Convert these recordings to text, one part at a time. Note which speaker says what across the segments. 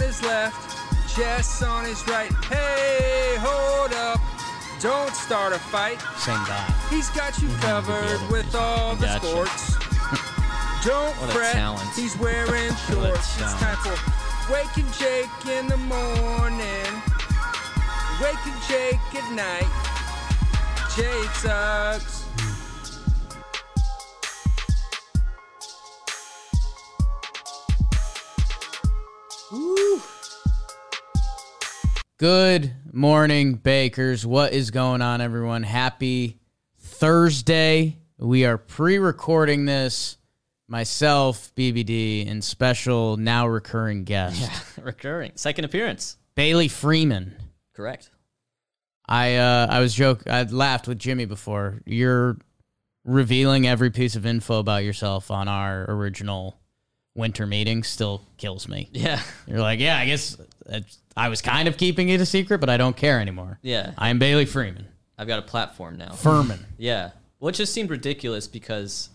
Speaker 1: his left, Jess on his right. Hey, hold up. Don't start a fight.
Speaker 2: Same guy.
Speaker 1: He's got you covered with all the
Speaker 2: Gotcha.
Speaker 1: sports. Don't
Speaker 2: What a
Speaker 1: fret,
Speaker 2: talent.
Speaker 1: he's wearing shorts. It's
Speaker 2: talent.
Speaker 1: time for waking Jake in the morning, waking Jake at night. Jake sucks.
Speaker 2: Good morning, Bakers. What is going on, everyone? Happy Thursday. We are pre recording this. Myself, BBD, and special now recurring guest,
Speaker 3: Recurring. Second appearance.
Speaker 2: Bailey Freeman.
Speaker 3: Correct.
Speaker 2: I uh, I was joke. I laughed with Jimmy before. You're revealing every piece of info about yourself on our original winter meeting. Still kills me.
Speaker 3: Yeah.
Speaker 2: You're like, yeah, I guess that's, I was kind of keeping it a secret, but I don't care anymore.
Speaker 3: Yeah.
Speaker 2: I am Bailey Freeman.
Speaker 3: I've got a platform now.
Speaker 2: Furman.
Speaker 3: Yeah. Which just seemed ridiculous because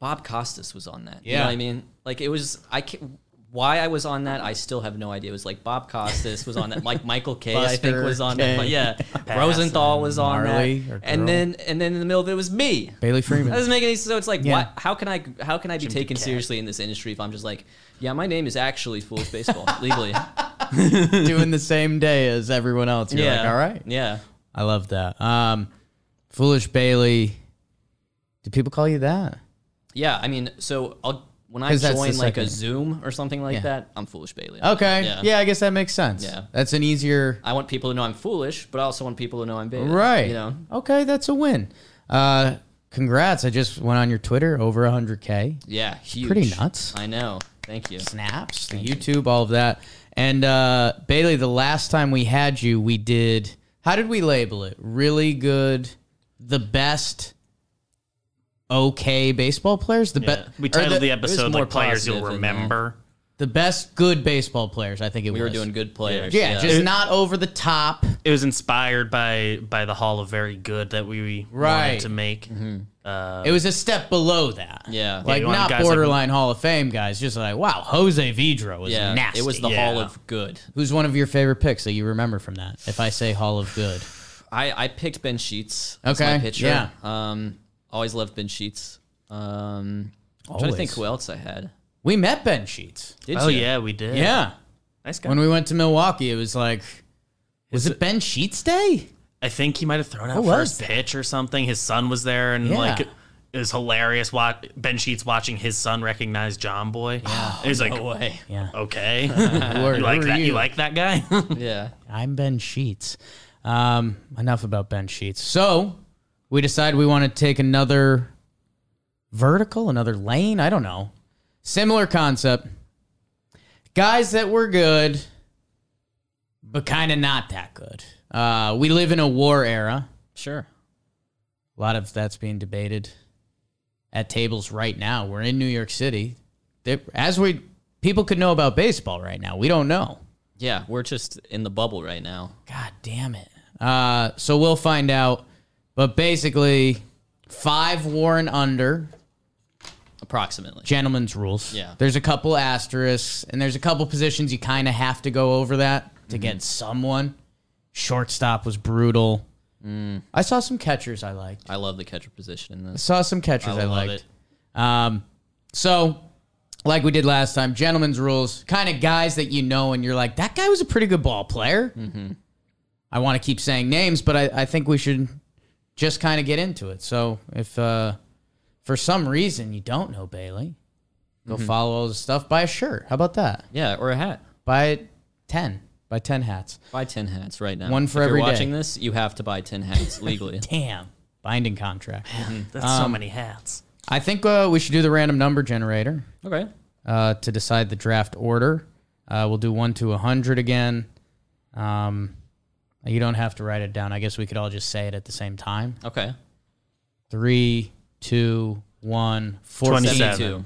Speaker 3: Bob Costas was on that. You
Speaker 2: Yeah.
Speaker 3: know what I mean? Like it was I can why I was on that, I still have no idea. It was like Bob Costas was on that. Like Michael K, I think,
Speaker 2: Buster
Speaker 3: was on
Speaker 2: K.
Speaker 3: that. But yeah, Rosenthal was on
Speaker 2: Marley or
Speaker 3: that. And
Speaker 2: Girl.
Speaker 3: then, and then in the middle of it was me.
Speaker 2: Bailey
Speaker 3: That
Speaker 2: Freeman.
Speaker 3: doesn't make any sense. So it's like,
Speaker 2: Yeah.
Speaker 3: why, how can I, how can I be taken seriously in this industry if I'm just like, yeah, my name is actually Fool's Baseball legally.
Speaker 2: Doing the same day as everyone else. You're
Speaker 3: yeah.
Speaker 2: like, all right.
Speaker 3: Yeah.
Speaker 2: I love that. Um, Foolish Bailey. Do people call you that?
Speaker 3: Yeah, I mean, so I'll when I
Speaker 2: 'Cause that's
Speaker 3: join
Speaker 2: the
Speaker 3: like a
Speaker 2: second.
Speaker 3: Zoom or something like
Speaker 2: Yeah.
Speaker 3: that, I'm foolish Bailey.
Speaker 2: Okay. Yeah.
Speaker 3: Yeah.
Speaker 2: I guess that makes sense.
Speaker 3: Yeah.
Speaker 2: That's an easier.
Speaker 3: I want people to know I'm foolish, but I also want people to know I'm Bailey.
Speaker 2: Right.
Speaker 3: You know.
Speaker 2: Okay, that's a win. Uh, congrats. I just went on your Twitter over 100K.
Speaker 3: Yeah. Huge.
Speaker 2: pretty nuts.
Speaker 3: I know. Thank you.
Speaker 2: Snaps, the YouTube, all of that. And uh, Bailey, the last time we had you, we did, how did we label it? Really good, the best, okay baseball players? The best.
Speaker 4: We titled the, episode
Speaker 3: more
Speaker 4: like players you'll
Speaker 3: positive than
Speaker 4: remember.
Speaker 2: The best good baseball players, I think it
Speaker 3: We
Speaker 2: was.
Speaker 3: were doing good players.
Speaker 2: Yeah, just
Speaker 4: It-
Speaker 2: not over the top.
Speaker 4: It was inspired by by the Hall of Very Good that we
Speaker 2: Right.
Speaker 4: wanted to make. Uh,
Speaker 2: It was a step below that.
Speaker 3: Yeah.
Speaker 2: Like
Speaker 4: you want
Speaker 2: not
Speaker 4: guys like-
Speaker 2: borderline Hall of Fame guys, just like, wow, Jose Vidro was
Speaker 3: yeah.
Speaker 2: nasty.
Speaker 3: It was the
Speaker 4: Yeah.
Speaker 3: Hall of Good.
Speaker 2: Who's one of your favorite picks that you remember from that? If I say Hall of Good,
Speaker 3: I I picked Ben Sheets. as
Speaker 2: Okay,
Speaker 3: My pitcher.
Speaker 2: yeah.
Speaker 3: Um. Always loved Ben Sheets. Um. I'm trying to think
Speaker 2: Always.
Speaker 3: who else I had.
Speaker 2: we met Ben Sheets.
Speaker 3: Did
Speaker 4: oh
Speaker 3: you?
Speaker 4: yeah, we did.
Speaker 2: Yeah.
Speaker 4: nice guy.
Speaker 2: When we went to Milwaukee, it was like, was it Ben Sheets Day?
Speaker 4: I think he might have thrown out
Speaker 2: Who was
Speaker 4: first
Speaker 2: that?
Speaker 4: pitch or something. His son was there, and
Speaker 2: Yeah.
Speaker 4: like it was hilarious. Watch Ben Sheets watching his son recognize John Boy. Yeah, he's like,
Speaker 3: No way.
Speaker 2: Yeah.
Speaker 4: okay,
Speaker 2: Who are-
Speaker 4: you
Speaker 2: who
Speaker 4: like
Speaker 2: are
Speaker 4: that? You?
Speaker 2: you?
Speaker 4: like that guy?
Speaker 3: Yeah.
Speaker 2: I'm Ben Sheets. Um, enough about Ben Sheets. So we decide we want to take another vertical, another lane. I don't know. Similar concept. Guys that were good, but kind of not that good. Uh, we live in a war era.
Speaker 3: Sure.
Speaker 2: A lot of that's being debated at tables right now. We're in New York City. They, as we people could know about baseball right now. We don't know.
Speaker 3: Yeah. We're just in the bubble right now.
Speaker 2: God damn it. Uh, so we'll find out. But basically, five Warren under
Speaker 3: Approximately.
Speaker 2: gentlemen's rules.
Speaker 3: Yeah.
Speaker 2: There's a couple asterisks, and there's a couple positions you kind of have to go over that
Speaker 3: Mm-hmm.
Speaker 2: to get someone. Shortstop was brutal.
Speaker 3: Mm.
Speaker 2: I saw some catchers I liked.
Speaker 3: I love the catcher position in this.
Speaker 2: Saw some catchers I,
Speaker 3: love
Speaker 2: liked.
Speaker 3: it.
Speaker 2: Um, so, like we did last time, gentlemen's rules, kind of guys that you know, and you're like, that guy was a pretty good ball player. I want to keep saying names, but I, I think we should just kind of get into it. So, if uh, for some reason you don't know Bailey, go follow all the stuff. Buy a shirt. How about that?
Speaker 3: Yeah. Or a hat.
Speaker 2: Buy 10. Buy 10 hats.
Speaker 3: Buy ten hats right now.
Speaker 2: One for
Speaker 3: if
Speaker 2: every day.
Speaker 3: you're watching this, you have to buy ten hats legally.
Speaker 2: Damn. Binding contract.
Speaker 4: That's so many hats.
Speaker 2: I think uh, we should do the random number generator.
Speaker 3: okay.
Speaker 2: uh, to decide the draft order. Uh, we'll do one to a hundred again. Um, you don't have to write it down. I guess we could all just say it at the same time.
Speaker 3: Okay.
Speaker 2: Three, two, one, 14,
Speaker 4: 27.
Speaker 3: 72.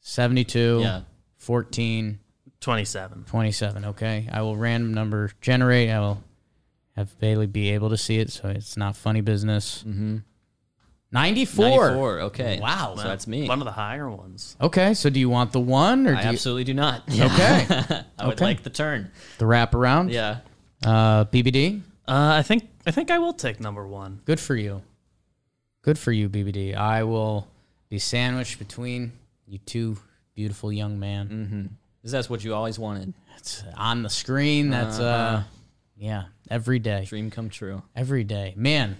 Speaker 2: 72,
Speaker 3: Yeah.
Speaker 2: 14,
Speaker 4: Twenty-seven.
Speaker 2: 27. Okay. I will random number generate. I will have Bailey be able to see it so it's not funny business. Mm-hmm. 94.
Speaker 3: 94. Okay.
Speaker 2: Wow.
Speaker 3: So that's me.
Speaker 4: One of the higher ones.
Speaker 2: Okay, so do you want the one or
Speaker 3: I
Speaker 2: do you,
Speaker 3: absolutely do not.
Speaker 2: Okay.
Speaker 3: I would
Speaker 2: Okay.
Speaker 3: like the turn.
Speaker 2: the wraparound?
Speaker 3: Yeah.
Speaker 2: Uh, BBD,
Speaker 4: Uh, I think I think I will take number one.
Speaker 2: good for you. Good for you, BBD. I will be sandwiched between you two beautiful young man.
Speaker 3: 'Cause That's what you always wanted.
Speaker 2: It's on the screen. That's uh, yeah, every day.
Speaker 3: Dream come true.
Speaker 2: every day man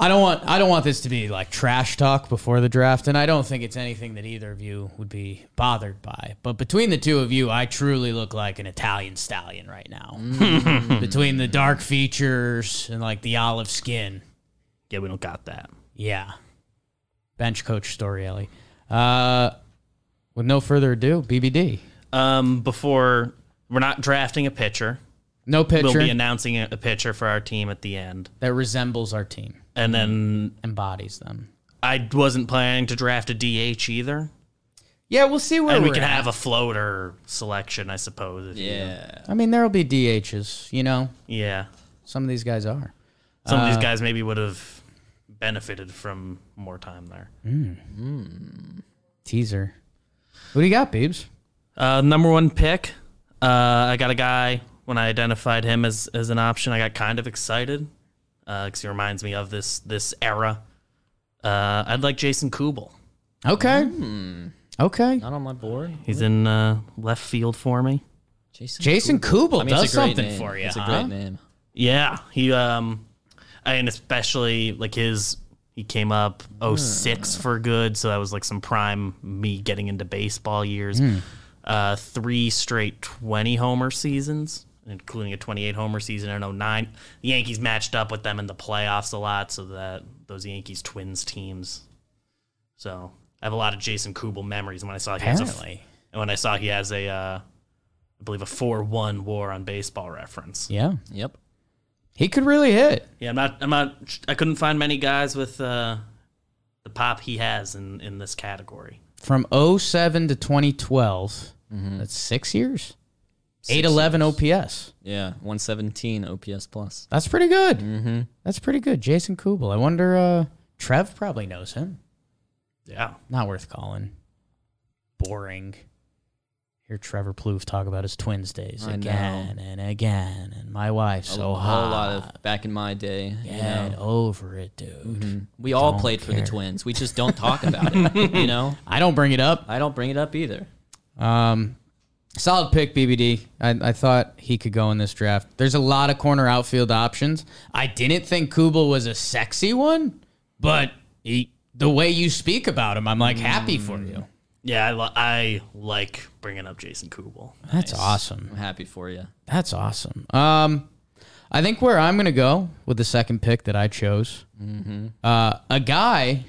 Speaker 2: i don't want i don't want this to be like trash talk before the draft and i don't think it's anything that either of you would be bothered by but between the two of you i truly look like an italian stallion right now between the dark features and like the olive skin
Speaker 4: Yeah, we don't got that.
Speaker 2: yeah bench coach story ellie uh with no further ado bbd
Speaker 4: Um, before we're not drafting a pitcher.
Speaker 2: no
Speaker 4: We'll
Speaker 2: pitcher
Speaker 4: be announcing a a pitcher for our team at the end,
Speaker 2: that resembles our team
Speaker 4: and then
Speaker 2: embodies them
Speaker 4: I wasn't planning to draft a DH either,
Speaker 2: yeah we'll see where
Speaker 4: and we
Speaker 2: we're
Speaker 4: can
Speaker 2: at.
Speaker 4: have a floater selection, I suppose. if you-
Speaker 3: Yeah.
Speaker 2: I mean, there'll be DHs. You know,
Speaker 4: yeah.
Speaker 2: some of these guys are.
Speaker 4: Some
Speaker 2: Uh,
Speaker 4: of these guys maybe would have benefited from more time there.
Speaker 2: Teaser. What do you got, Beebs?
Speaker 4: Uh, number one pick. Uh, I got a guy. When I identified him as, as an option, I got kind of excited because he reminds me of this this era. Uh, I'd like Jason Kubel.
Speaker 2: Okay. Hmm. Okay.
Speaker 3: Not on my board.
Speaker 4: He's in uh, left field for me.
Speaker 3: Jason.
Speaker 2: Jason Kubel
Speaker 3: I mean,
Speaker 2: does
Speaker 3: it's a great
Speaker 2: something
Speaker 3: name.
Speaker 2: for you.
Speaker 3: It's a
Speaker 2: huh?
Speaker 3: great name.
Speaker 4: Yeah, he um, and especially like his he came up 06 for good, so that was like some prime me getting into baseball years. Uh, three straight 20 homer seasons, including a 28 homer season in 09. The Yankees matched up with them in the playoffs a lot, so that those Yankees Twins teams. So I have a lot of Jason Kubel memories when I saw he has a f-
Speaker 2: Apparently.
Speaker 4: and when I saw he has a uh, I believe a 4-1 WAR on baseball reference.
Speaker 2: Yeah.
Speaker 3: Yep.
Speaker 2: He could really hit.
Speaker 4: Yeah, I'm not. I'm not. I couldn't find many guys with uh, the pop he has in in this category.
Speaker 2: From 07 to 2012, that's six years. 811 OPS.
Speaker 3: Yeah. 117 OPS plus.
Speaker 2: That's pretty good.
Speaker 3: Mm-hmm.
Speaker 2: That's pretty good. Jason Kubel. I wonder, uh, Trev probably knows him.
Speaker 4: Yeah,
Speaker 2: Not worth calling. Boring. Hear Trevor Plouffe talk about his twins days
Speaker 3: I know.
Speaker 2: again and again, and my wife so
Speaker 3: a
Speaker 2: hot.
Speaker 3: whole lot of back in my day. you
Speaker 2: Get
Speaker 3: know. Mm-hmm.
Speaker 2: over it, dude.
Speaker 3: we all
Speaker 2: Don't
Speaker 3: played for
Speaker 2: care.
Speaker 3: the Twins. We just don't talk about it. You know.
Speaker 2: I don't bring it up.
Speaker 3: I don't bring it up either.
Speaker 2: Um, solid pick, BBD. I, I thought he could go in this draft. There's a lot of corner outfield options. I didn't think Kubel was a sexy one, but he, the way you speak about him, I'm like happy for you.
Speaker 4: yeah. I, li- I like bringing up Jason Kubel.
Speaker 2: That's awesome.
Speaker 3: I'm happy for you.
Speaker 2: That's awesome. Um, I think where I'm going to go with the second pick that I chose,
Speaker 3: Mm-hmm.
Speaker 2: uh, a guy,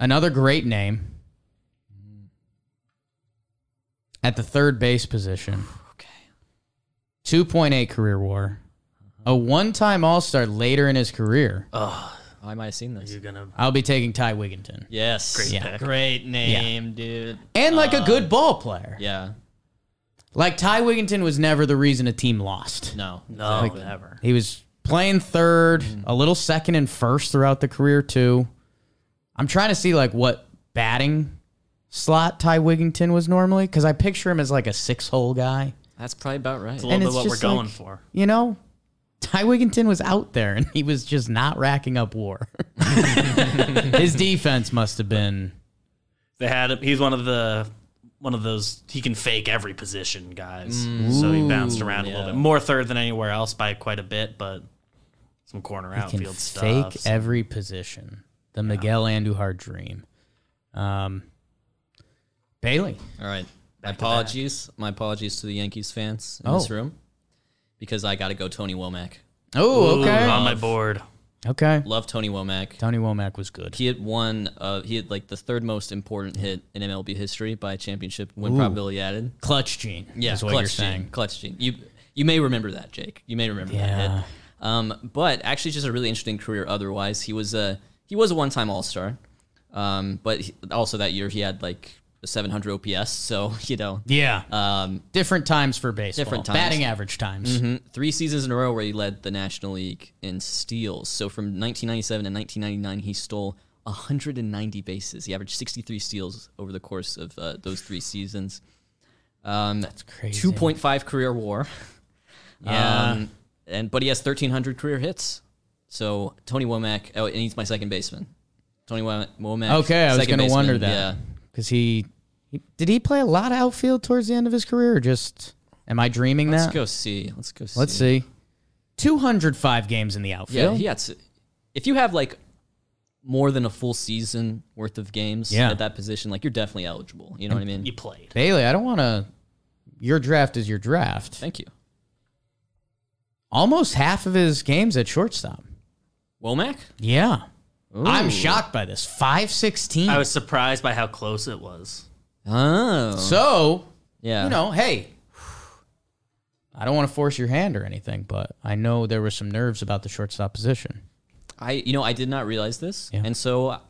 Speaker 2: another great name, at the third base position.
Speaker 3: Okay.
Speaker 2: 2.8 career war,
Speaker 3: Uh-huh.
Speaker 2: a one time All Star later in his career.
Speaker 3: Oh. I might have seen this.
Speaker 4: You're gonna
Speaker 2: I'll be taking Ty Wigginton.
Speaker 3: Yes. Great,
Speaker 4: pick.
Speaker 3: name, dude.
Speaker 2: And like a good ball player.
Speaker 3: Uh, Yeah.
Speaker 2: Like Ty Wigginton was never the reason a team lost.
Speaker 3: No.
Speaker 4: no whatever.
Speaker 2: He was playing third,
Speaker 4: Mm.
Speaker 2: a little second and first throughout the career too. I'm trying to see like what batting slot Ty Wigington was normally because I picture him as like a six hole guy.
Speaker 3: That's probably about right.
Speaker 4: It's a little
Speaker 2: And
Speaker 4: bit
Speaker 2: it's
Speaker 4: what we're
Speaker 2: just
Speaker 4: going
Speaker 2: like-
Speaker 4: for.
Speaker 2: You know, Ty Wigington was out there and he was just not racking up WAR. His defense must have been
Speaker 4: They had him. He's one of the one of those he can fake every position guys.
Speaker 2: Mm.
Speaker 4: so he bounced around a
Speaker 3: yeah.
Speaker 4: little bit more third than anywhere else by quite a bit, but some corner
Speaker 2: can
Speaker 4: outfield
Speaker 2: fake
Speaker 4: stuff.
Speaker 2: every position. The Miguel Andujar dream. Um, Bailey.
Speaker 3: All right. My apologies. My apologies to the Yankees fans in this
Speaker 2: Oh.
Speaker 3: room because I got to go Tony Womack.
Speaker 2: Oh,
Speaker 4: Ooh,
Speaker 2: okay.
Speaker 4: on my board.
Speaker 2: Okay.
Speaker 3: Love Tony Womack.
Speaker 2: Tony Womack was good.
Speaker 3: He had won. Uh, he had like the third most important hit in MLB history by championship win probability added.
Speaker 2: clutch gene.
Speaker 3: Yeah,
Speaker 2: is what
Speaker 3: clutch
Speaker 2: you're saying.
Speaker 3: Gene, clutch gene. You you may remember that, Jake. You may remember that
Speaker 2: Yeah.
Speaker 3: hit. Um, but actually, just a really interesting career. Otherwise, he was a he was a one time All Star. Um, but he, also that year he had like a 700 OPS. So you know,
Speaker 2: Yeah.
Speaker 3: um,
Speaker 2: different times for baseball.
Speaker 3: Different times. Mm-hmm.
Speaker 2: Batting average times.
Speaker 3: three seasons in a row where he led the National League in steals. So from 1997 to 1999, he stole 190 bases. He averaged 63 steals over the course of uh, those three seasons. Um, That's
Speaker 2: crazy.
Speaker 3: 2.5 career WAR.
Speaker 2: Yeah.
Speaker 3: Um, and but he has 1,300 career hits. So Tony Womack. Oh, and he's my second baseman. Tony Wom- Womack.
Speaker 2: Okay, I was
Speaker 3: second
Speaker 2: going to wonder
Speaker 3: baseman,
Speaker 2: that because he, he did he play a lot of outfield towards the end of his career, or just am I dreaming
Speaker 3: Yeah.
Speaker 2: that?
Speaker 3: Let's go see. Let's go see.
Speaker 2: Let's see. Two hundred five games in the
Speaker 3: Yeah,
Speaker 2: outfield.
Speaker 3: he had, s- if you have like more than a full season worth of games
Speaker 2: Yeah.
Speaker 3: at that position, like you're definitely eligible. You know what I mean?
Speaker 4: You played.
Speaker 2: Bailey, I don't want to. Your draft is your draft.
Speaker 3: Thank you.
Speaker 2: Almost half of his games at shortstop.
Speaker 3: Womack?
Speaker 2: Yeah, I'm shocked by this. Five sixteen.
Speaker 4: I was surprised by how close it was.
Speaker 3: Oh.
Speaker 2: so
Speaker 3: yeah.
Speaker 2: you know, hey, I don't want to force your hand or anything, but I know there were some nerves about the shortstop position.
Speaker 3: I you know, I did not realize this.
Speaker 2: Yeah.
Speaker 3: And so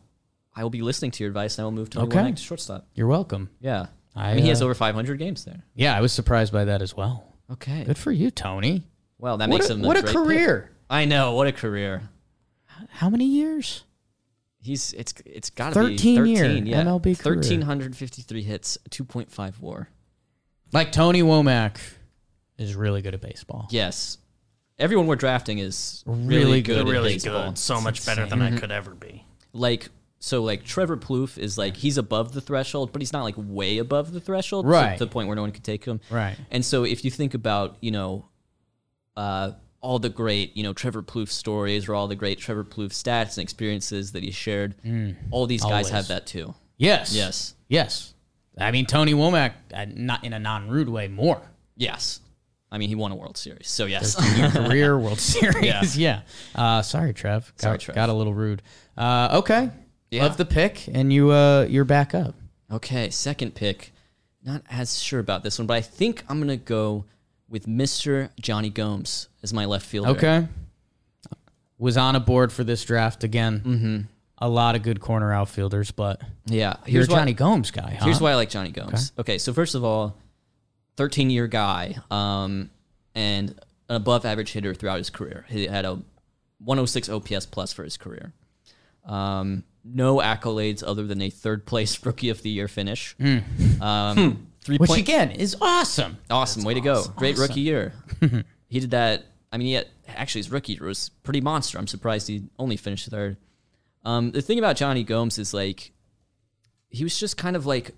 Speaker 3: I will be listening to your advice and I will move Tony
Speaker 2: Okay.
Speaker 3: Womack to shortstop.
Speaker 2: You're welcome.
Speaker 3: Yeah. I,
Speaker 2: I,
Speaker 3: mean he has
Speaker 2: uh,
Speaker 3: over five hundred games there.
Speaker 2: Yeah, I was surprised by that as well.
Speaker 3: Okay.
Speaker 2: Good for you, Tony.
Speaker 3: Well that
Speaker 2: What
Speaker 3: makes
Speaker 2: a,
Speaker 3: him
Speaker 2: what a
Speaker 3: great pick.
Speaker 2: career.
Speaker 3: I know, what a career.
Speaker 2: How many years?
Speaker 3: He's it's it's gotta
Speaker 2: 13
Speaker 3: be
Speaker 2: year
Speaker 3: thirteen. Yeah.
Speaker 2: MLB career.
Speaker 3: thirteen hundred fifty three hits, two point five war.
Speaker 2: Like Tony Womack is really good at baseball.
Speaker 3: Yes. Everyone we're drafting is really,
Speaker 2: Really
Speaker 3: good.
Speaker 2: good
Speaker 3: at
Speaker 4: They're really
Speaker 3: baseball.
Speaker 4: good. So much better than
Speaker 3: Mm-hmm.
Speaker 4: I could ever be.
Speaker 3: Like so, like Trevor Plouffe is like he's above the threshold, but he's not like way above the threshold, to-
Speaker 2: Right.
Speaker 3: To, the point where no one could take him,
Speaker 2: Right.
Speaker 3: And so, if you think about, you know, uh, all the great, you know, Trevor Plouffe stories or all the great Trevor Plouffe stats and experiences that he shared, all these guys
Speaker 2: Mm. always.
Speaker 3: have that too.
Speaker 2: Yes.
Speaker 3: Yes.
Speaker 2: Yes. I mean, Tony Womack, uh, not in a non rude way, more.
Speaker 3: Yes. I mean, he won a World Series, so yes.
Speaker 2: Career World Series. Yeah. Uh, sorry, Trev. Got,
Speaker 3: Sorry, Trev.
Speaker 2: Got a little rude. Uh, okay.
Speaker 3: Yeah.
Speaker 2: Love the pick, and you, uh, you're back up.
Speaker 3: Okay, second pick. Not as sure about this one, but I think I'm gonna go with Mr. Johnny Gomes as my left fielder.
Speaker 2: Okay. Was on a board for this draft again. Mm-hmm. A lot of good corner outfielders, but
Speaker 3: Yeah.
Speaker 2: you're a
Speaker 3: why,
Speaker 2: Johnny Gomes guy, huh?
Speaker 3: Here's why I like Johnny Gomes. Okay. so first of all, 13 year guy, um, and an above average hitter throughout his career. He had a 106 OPS plus for his career. Um, no accolades other than a third place rookie of the year finish. Um, three
Speaker 2: Which
Speaker 3: point-
Speaker 2: again is awesome.
Speaker 3: Awesome, way to go! Great rookie year. he did that. I mean, he had, actually his rookie year was pretty monster. I'm surprised he only finished third. Um, the thing about Johnny Gomes is like, he was just kind of like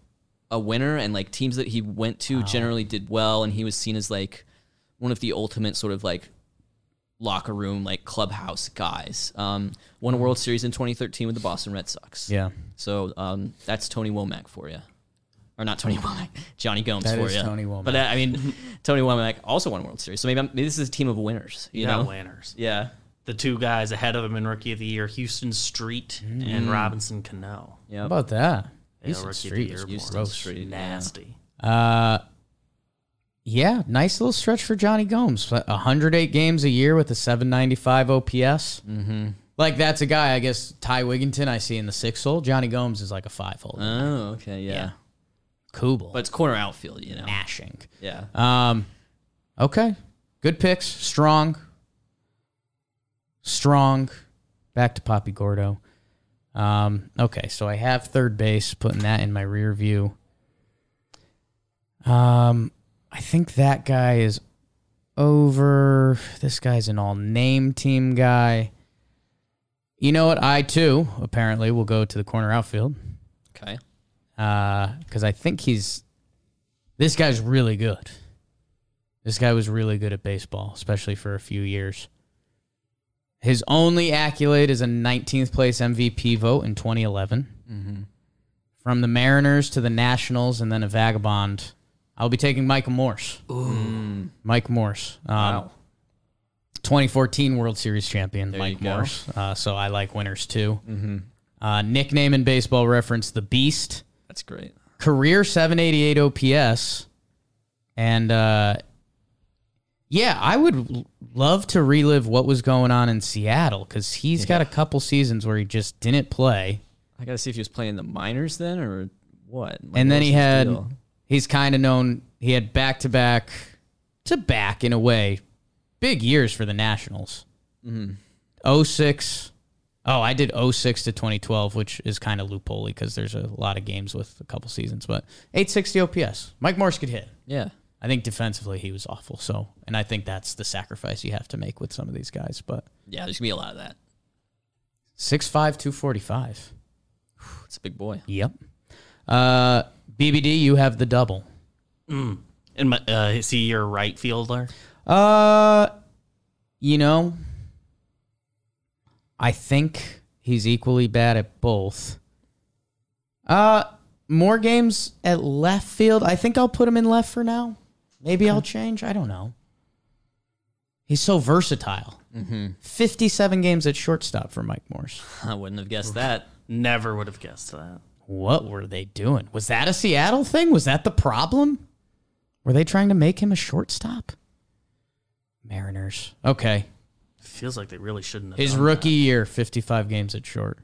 Speaker 3: a winner, and like teams that he went to generally did well, and he was seen as like one of the ultimate sort of like locker room, like clubhouse guys. Um, won a World Series in 2013 with the Boston Red Sox.
Speaker 2: Yeah.
Speaker 3: So um, that's Tony Womack for you. Or not Tony Womack, Johnny Gomes
Speaker 2: That
Speaker 3: for
Speaker 2: is
Speaker 3: you.
Speaker 2: Tony Womack.
Speaker 3: But uh, I mean, Tony Womack also won World Series. So maybe, I'm, maybe this is a team of winners. You
Speaker 4: You got
Speaker 3: know?
Speaker 4: winners.
Speaker 3: Yeah.
Speaker 4: The two guys ahead of him in Rookie of the Year, Houston Street and Robinson Cano.
Speaker 2: How about that?
Speaker 4: They
Speaker 2: Mm. Houston
Speaker 4: are Rookie of
Speaker 2: Street
Speaker 4: the
Speaker 2: is
Speaker 4: Year.
Speaker 3: Houston
Speaker 4: born.
Speaker 3: Street.
Speaker 4: Nasty.
Speaker 2: Yeah, nice little stretch for Johnny Gomes. But 108 games a year with a 795 OPS. Mm-hmm. Like, that's a guy, I guess, Ty Wigginton, I see in the six hole. Johnny Gomes is like a five hole.
Speaker 3: Oh, okay. Yeah.
Speaker 2: Uh, Yeah. Kubel.
Speaker 3: But it's corner outfield, you know?
Speaker 2: mashing.
Speaker 3: Yeah.
Speaker 2: Um, okay. Good picks. Strong. Strong. Back to Poppy Gordo. Um, okay, so I have third base, putting that in my rear view. Um, I think that guy is over. This guy's an all name team guy. You know what? I too apparently will go to the corner outfield
Speaker 3: Okay.
Speaker 2: because Uh, I think he's this guy's really good. This guy was really good at baseball, especially for a few years. His only accolade is a 19th place MVP vote in 2011.
Speaker 3: Mm-hmm.
Speaker 2: From the Mariners to the Nationals and then a vagabond, I'll be taking Michael Morse. Mike Morse. Um,
Speaker 3: Mm. Wow.
Speaker 2: 2014 World Series champion,
Speaker 3: There
Speaker 2: Mike
Speaker 3: you go. Mm-hmm.
Speaker 2: Morse. Uh, so I like winners too. Uh, nickname in baseball reference, the Beast
Speaker 3: That's great.
Speaker 2: career 788 OPS. And uh, yeah, I would l- love to relive what was going on in Seattle because he's got a couple seasons where he just didn't play.
Speaker 3: I got to see if he was playing the minors then or what? Like,
Speaker 2: and then
Speaker 3: what's
Speaker 2: he
Speaker 3: his
Speaker 2: had
Speaker 3: deal?
Speaker 2: he's kind of known he had back to back to back in a way big years for the nationals
Speaker 3: Mm-hmm.
Speaker 2: mm 06 oh i did 06 to 2012 which is kind of loophole because there's a lot of games with a couple seasons but 860 ops mike morse could hit
Speaker 3: Yeah.
Speaker 2: i think defensively he was awful so and i think that's the sacrifice you have to make with some of these guys but
Speaker 3: Yeah, there's going to be a lot of that.
Speaker 2: 6'5 245
Speaker 3: It's a big boy.
Speaker 2: yep uh bbd you have the double
Speaker 4: And my, uh, is he your right fielder?
Speaker 2: Uh, you know, I think he's equally bad at both. Uh, more games at left field. I think I'll put him in left for now. Maybe I'll change. I don't know. He's so versatile. 57 games at shortstop for Mike Morse.
Speaker 3: I wouldn't have guessed that.
Speaker 4: Never would have guessed that.
Speaker 2: What were they doing? Was that a Seattle thing? Was that the problem? Were they trying to make him a shortstop? Mariners. Okay.
Speaker 4: Feels like they really shouldn't have.
Speaker 2: His
Speaker 3: Um,
Speaker 4: done
Speaker 2: rookie year, 55 games at short.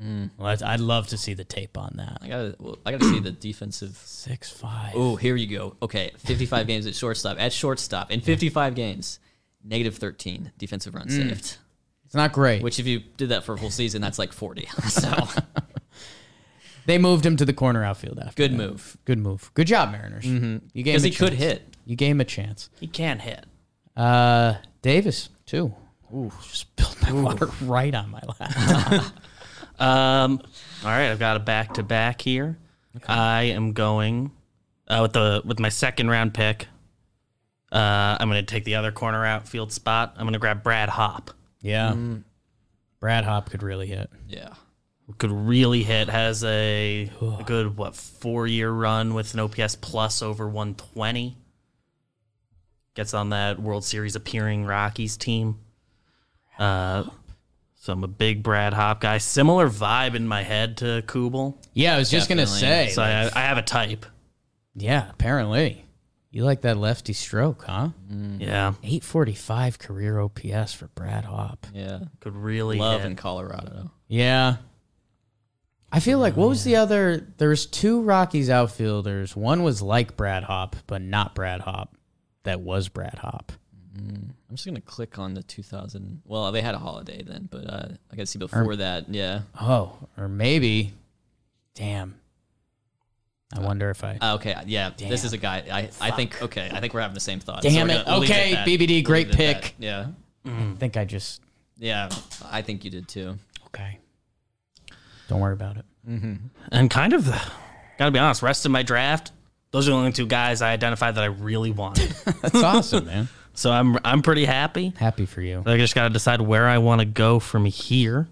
Speaker 3: Mm.
Speaker 2: Well, I'd, I'd love to see the tape on that.
Speaker 3: I got to well, I got to see the defensive
Speaker 2: Six five.
Speaker 3: Oh, here you go. Okay, 55 games at shortstop. At shortstop, in 55 games, negative 13 defensive runs
Speaker 2: Mm.
Speaker 3: saved.
Speaker 2: It's not great.
Speaker 3: Which, if you did that for a full season, that's like 40. So,
Speaker 2: they moved him to the corner outfield after.
Speaker 3: good
Speaker 2: that.
Speaker 3: move
Speaker 2: Good move. Good job, Mariners. Mm-hmm. You gave
Speaker 3: because
Speaker 2: him a
Speaker 3: he could
Speaker 2: chance.
Speaker 3: hit.
Speaker 2: You gave him a chance.
Speaker 4: He can hit.
Speaker 2: Uh, Davis too. Ooh, just spilled my water right on my lap.
Speaker 4: Um, all right, I've got a back to back here. I am going uh, with the with my second round pick. Uh, I'm going to take the other corner outfield spot. I'm going to grab Brad Hop,
Speaker 2: yeah.
Speaker 3: Mm.
Speaker 2: Brad Hop could really hit.
Speaker 3: Yeah,
Speaker 4: who could really hit. Has a, a good what four year run with an OPS plus over 120. Gets on that World Series appearing Rockies team. Uh, so I'm a big Brad Hop guy. Similar vibe in my head to Kubel.
Speaker 2: Yeah, I was just gonna say.
Speaker 3: Definitely.
Speaker 4: So I, I have a type.
Speaker 2: yeah, apparently. You like that lefty stroke, huh?
Speaker 4: Yeah,
Speaker 2: 845 career OPS for Brad Hop.
Speaker 3: yeah.
Speaker 4: could really
Speaker 3: Love
Speaker 4: hit.
Speaker 3: in Colorado.
Speaker 2: Yeah. I feel like what was the other? There was two Rockies outfielders. One was like Brad Hop, but not Brad Hop. That was Brad Hop.
Speaker 3: I'm just gonna click on the 2000. Well, they had a holiday then, but uh, I gotta see before that. Yeah.
Speaker 2: Oh, or maybe, damn. I wonder if I.
Speaker 3: Uh, okay. Yeah. This is a guy. I, I think. Okay. I think we're having the same thought.
Speaker 2: Damn
Speaker 3: we're
Speaker 2: it.
Speaker 3: gonna leave
Speaker 2: Okay,
Speaker 3: at that.
Speaker 2: BBD,
Speaker 3: Leave
Speaker 2: great
Speaker 3: it at that.
Speaker 2: pick.
Speaker 3: Yeah.
Speaker 2: I think I just.
Speaker 3: Yeah. I think you did too.
Speaker 2: Okay. Don't worry about it.
Speaker 4: and kind of, gotta be honest. Rest of my draft, those are the only two guys I identified that I really wanted.
Speaker 2: That's awesome, man.
Speaker 4: so I'm I'm pretty happy.
Speaker 2: Happy for you.
Speaker 4: I just gotta decide where I want to go from here.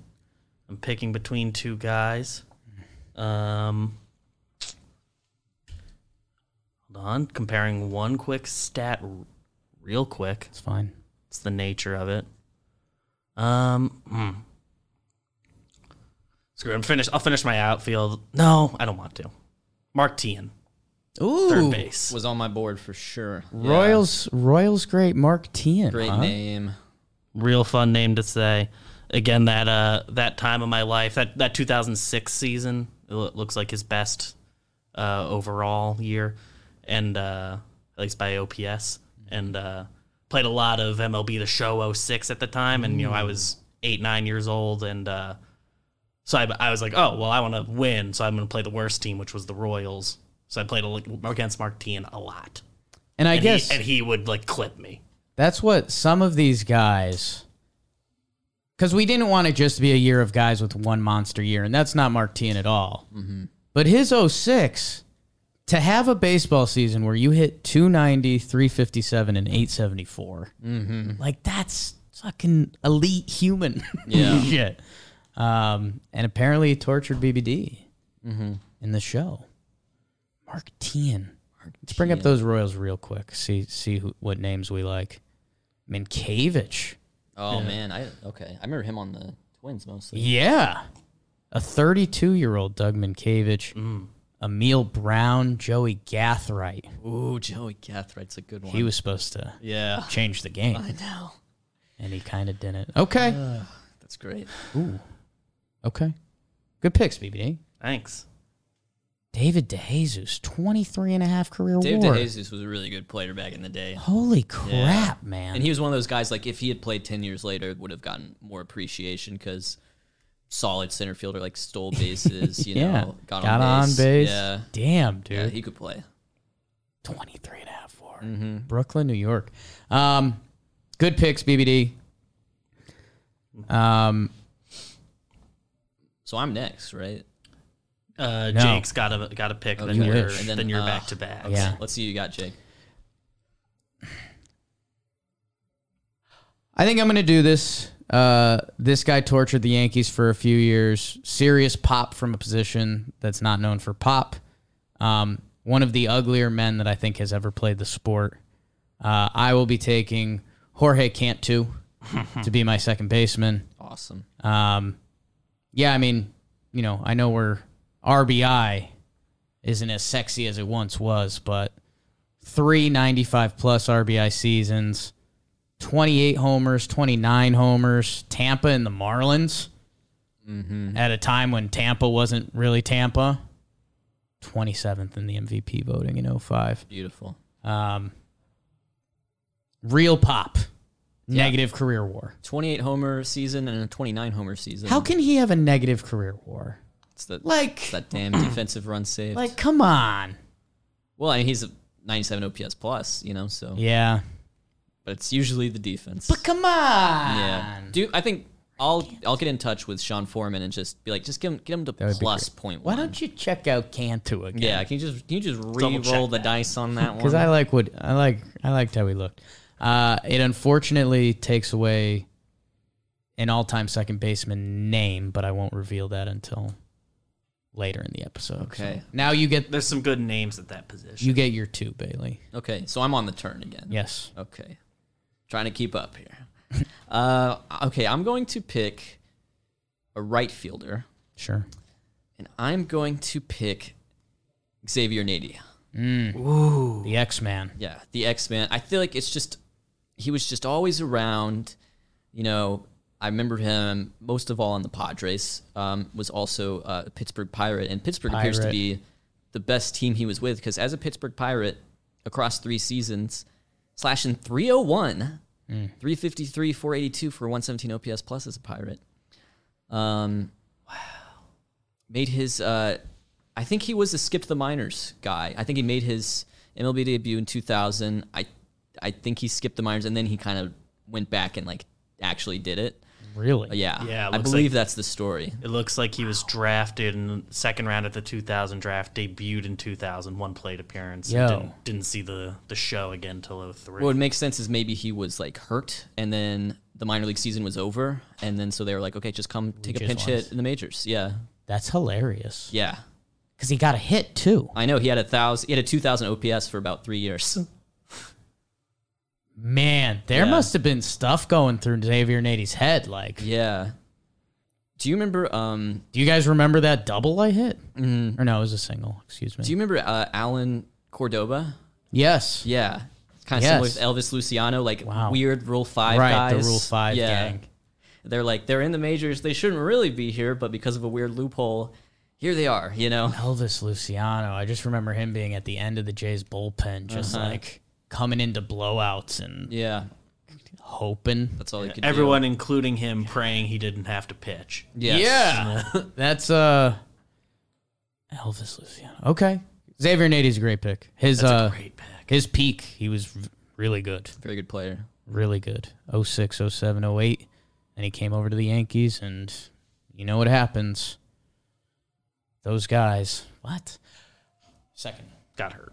Speaker 4: I'm picking between two guys. Um, hold on, comparing one quick stat, r- real quick.
Speaker 2: It's fine.
Speaker 4: It's the nature of it. Um, hmm. screw. It, I'm finished. I'll finish my outfield. No, I don't want to. Mark Tian,
Speaker 2: Ooh.
Speaker 4: third base.
Speaker 3: Was on my board for sure. Yeah.
Speaker 2: Royals, Royals great Mark Tian.
Speaker 3: Great
Speaker 2: huh?
Speaker 3: name.
Speaker 4: Real fun name to say. Again, that uh, that time of my life, that that 2006 season, it loo- looks like his best uh, overall year, and uh, at least by OPS. And uh, played a lot of MLB The Show 06 at the time, and you know
Speaker 2: Mm.
Speaker 4: I was eight nine years old, and uh, so I, I was like, oh well, I want to win, so I'm going to play the worst team, which was the Royals. So I played a, li- against Mark Tian a lot,
Speaker 2: And I
Speaker 4: and,
Speaker 2: guess.
Speaker 4: he, and he would like clip me.
Speaker 2: That's what some of these guys. Because we didn't want it just to be a year of guys with one monster year, and that's not Mark Tian at all. But his 06, to have a baseball season where you hit 290, 357, and 874, like that's fucking elite human
Speaker 3: Yeah.
Speaker 2: shit. Um, and apparently he tortured BBD in the show. Mark Tian. Let's bring up those Royals real quick. See see who, what names we like. Minkiewicz.
Speaker 3: Oh man, I okay. I remember him on the Twins mostly.
Speaker 2: Yeah. A 32 year old Doug Minkiewicz.
Speaker 3: Mm.
Speaker 2: Emil Brown, Joey Gathright.
Speaker 3: Ooh, Joey Gathride's a good one.
Speaker 2: He was supposed to
Speaker 3: yeah.
Speaker 2: change the game,
Speaker 3: know.
Speaker 2: and he kind of didn't. Okay.
Speaker 3: That's great.
Speaker 2: Okay. Good picks, BBD.
Speaker 4: Thanks.
Speaker 2: David DeJesus, 23 and a half career
Speaker 3: David
Speaker 2: war.
Speaker 3: DeJesus was a really good player back in the day.
Speaker 2: Holy crap, man.
Speaker 3: And he was one of those guys, like, if he had played 10 years later, would have gotten more appreciation because solid center fielder, like, stole bases, you
Speaker 2: yeah.
Speaker 3: know, got,
Speaker 2: on base.
Speaker 3: Yeah.
Speaker 2: Damn, dude.
Speaker 3: yeah, he could play.
Speaker 2: 23 and a half four.
Speaker 3: Mm-hmm.
Speaker 2: Brooklyn, New York. Um, good picks, BBD. Um,
Speaker 3: So I'm next, right?
Speaker 4: Uh,
Speaker 2: No. Oh,
Speaker 4: Jake's got a got a pick. then
Speaker 3: you
Speaker 4: you're
Speaker 2: wish.
Speaker 4: then,
Speaker 3: And then,
Speaker 4: you're
Speaker 3: uh,
Speaker 4: back to back.
Speaker 2: yeah.
Speaker 3: Let's see who you got, Jake.
Speaker 2: I think I'm going to do this. Uh, this guy tortured the Yankees for a few years. Serious pop from a position that's not known for pop. Um, one of the uglier men that I think has ever played the sport. Uh, I will be taking Jorge Cantu to be my second baseman.
Speaker 3: Awesome.
Speaker 2: Um, yeah, I mean, you know, I know we're RBI isn't as sexy as it once was, but three 95 plus RBI seasons, 28 homers, 29 homers, Tampa and the Marlins at a time when Tampa wasn't really Tampa. 27th in the MVP voting in 05.
Speaker 3: Beautiful.
Speaker 2: Um, real pop, negative career war.
Speaker 3: 28 homer season and a 29 homer season.
Speaker 2: How can he have a negative career war?
Speaker 3: It's that,
Speaker 2: Like,
Speaker 3: it's that damn defensive run saved.
Speaker 2: like, come on.
Speaker 3: well, I mean, he's a 97 OPS plus, you know, so.
Speaker 2: Yeah.
Speaker 3: But it's usually the defense.
Speaker 2: But come on.
Speaker 3: Yeah. Do I think I'll I'll get in touch with Sean Foreman and just be like, just get him get him to
Speaker 2: would be
Speaker 3: plus point
Speaker 2: Why
Speaker 3: one.
Speaker 2: don't you check out Cantu again?
Speaker 3: yeah, can you just can you just
Speaker 4: check
Speaker 3: re-roll the dice on that
Speaker 2: Because
Speaker 3: one?
Speaker 2: I like what I like. I liked how he looked. Uh, it unfortunately takes away an all-time second baseman name, but I won't reveal that until later in the episode.
Speaker 3: Okay.
Speaker 2: So now you get
Speaker 4: There's some good names at that position.
Speaker 2: you get your two, Bailey.
Speaker 3: okay, so I'm on the turn again.
Speaker 2: Yes.
Speaker 3: Okay. Trying to keep up here. uh, okay, I'm going to pick a right fielder,
Speaker 2: Sure.
Speaker 3: and I'm going to pick Xavier Nadia.
Speaker 2: The X-Man.
Speaker 3: Yeah, the X Man. I feel like it's just he was just always around. You know, I remember him most of all on the Padres. Um, was also uh, a Pittsburgh Pirate, and Pittsburgh appears to
Speaker 2: Pirate.
Speaker 3: be the best team he was with because as a Pittsburgh Pirate across three seasons, slashing 301, 353, 482 for 117 OPS plus as a Pirate. Um, made his. Uh, I think he was a skip the minors guy. I think he made his MLB debut in 2000. I I think he skipped the minors and then he kind of went back and like actually did it.
Speaker 2: Really?
Speaker 3: But yeah,
Speaker 4: Yeah, it
Speaker 3: I
Speaker 4: looks
Speaker 3: believe
Speaker 4: like-
Speaker 3: that's the story.
Speaker 4: It looks like he was drafted in the second round at the 2000 draft, debuted in 2000, one plate appearance. and
Speaker 2: Yo.
Speaker 4: Didn't, didn't see the, the show again till 03.
Speaker 3: What would make sense is maybe he was like hurt and then the minor league season was over and then so they were like, okay, just come take a
Speaker 2: just
Speaker 3: pinch
Speaker 2: want
Speaker 3: hit in the majors. Yeah,
Speaker 2: That's hilarious.
Speaker 3: yeah.
Speaker 2: Because he got a hit too.
Speaker 3: I know he had a thousand, he had a 2000 OPS for about three years.
Speaker 2: Man, there
Speaker 3: Yeah.
Speaker 2: must have been stuff going through Xavier Nady's head. Like,
Speaker 3: yeah. Do you remember? Um,
Speaker 2: do you guys remember that double I hit? Mm-hmm. Or no, it was a single. Excuse me.
Speaker 3: do you remember uh, Alan Cordoba?
Speaker 2: yes.
Speaker 3: Yeah. Kind of
Speaker 2: Yes.
Speaker 3: similar with Elvis Luciano, like
Speaker 2: Wow.
Speaker 3: weird Rule 5
Speaker 2: right,
Speaker 3: guys.
Speaker 2: the Rule Five
Speaker 3: Yeah.
Speaker 2: gang.
Speaker 3: They're like, they're in the majors. They shouldn't really be here, but because of a weird loophole, here they are, you know?
Speaker 2: Elvis Luciano. I just remember him being at the end of the Jays bullpen, just like coming into blowouts and
Speaker 3: Uh-huh. Yeah.
Speaker 2: hoping.
Speaker 3: That's all they could
Speaker 4: Everyone, including him, praying he didn't have to pitch.
Speaker 3: do. Yes.
Speaker 2: Yeah, that's uh, Elvis Luciano. Okay, Xavier Nady's a great pick. His uh,
Speaker 4: Great pick.
Speaker 2: his peak, he was r- really good.
Speaker 3: Very good player.
Speaker 2: really good 06 07 08 and he came over to the yankees and you know what happens those guys what second
Speaker 4: Got hurt.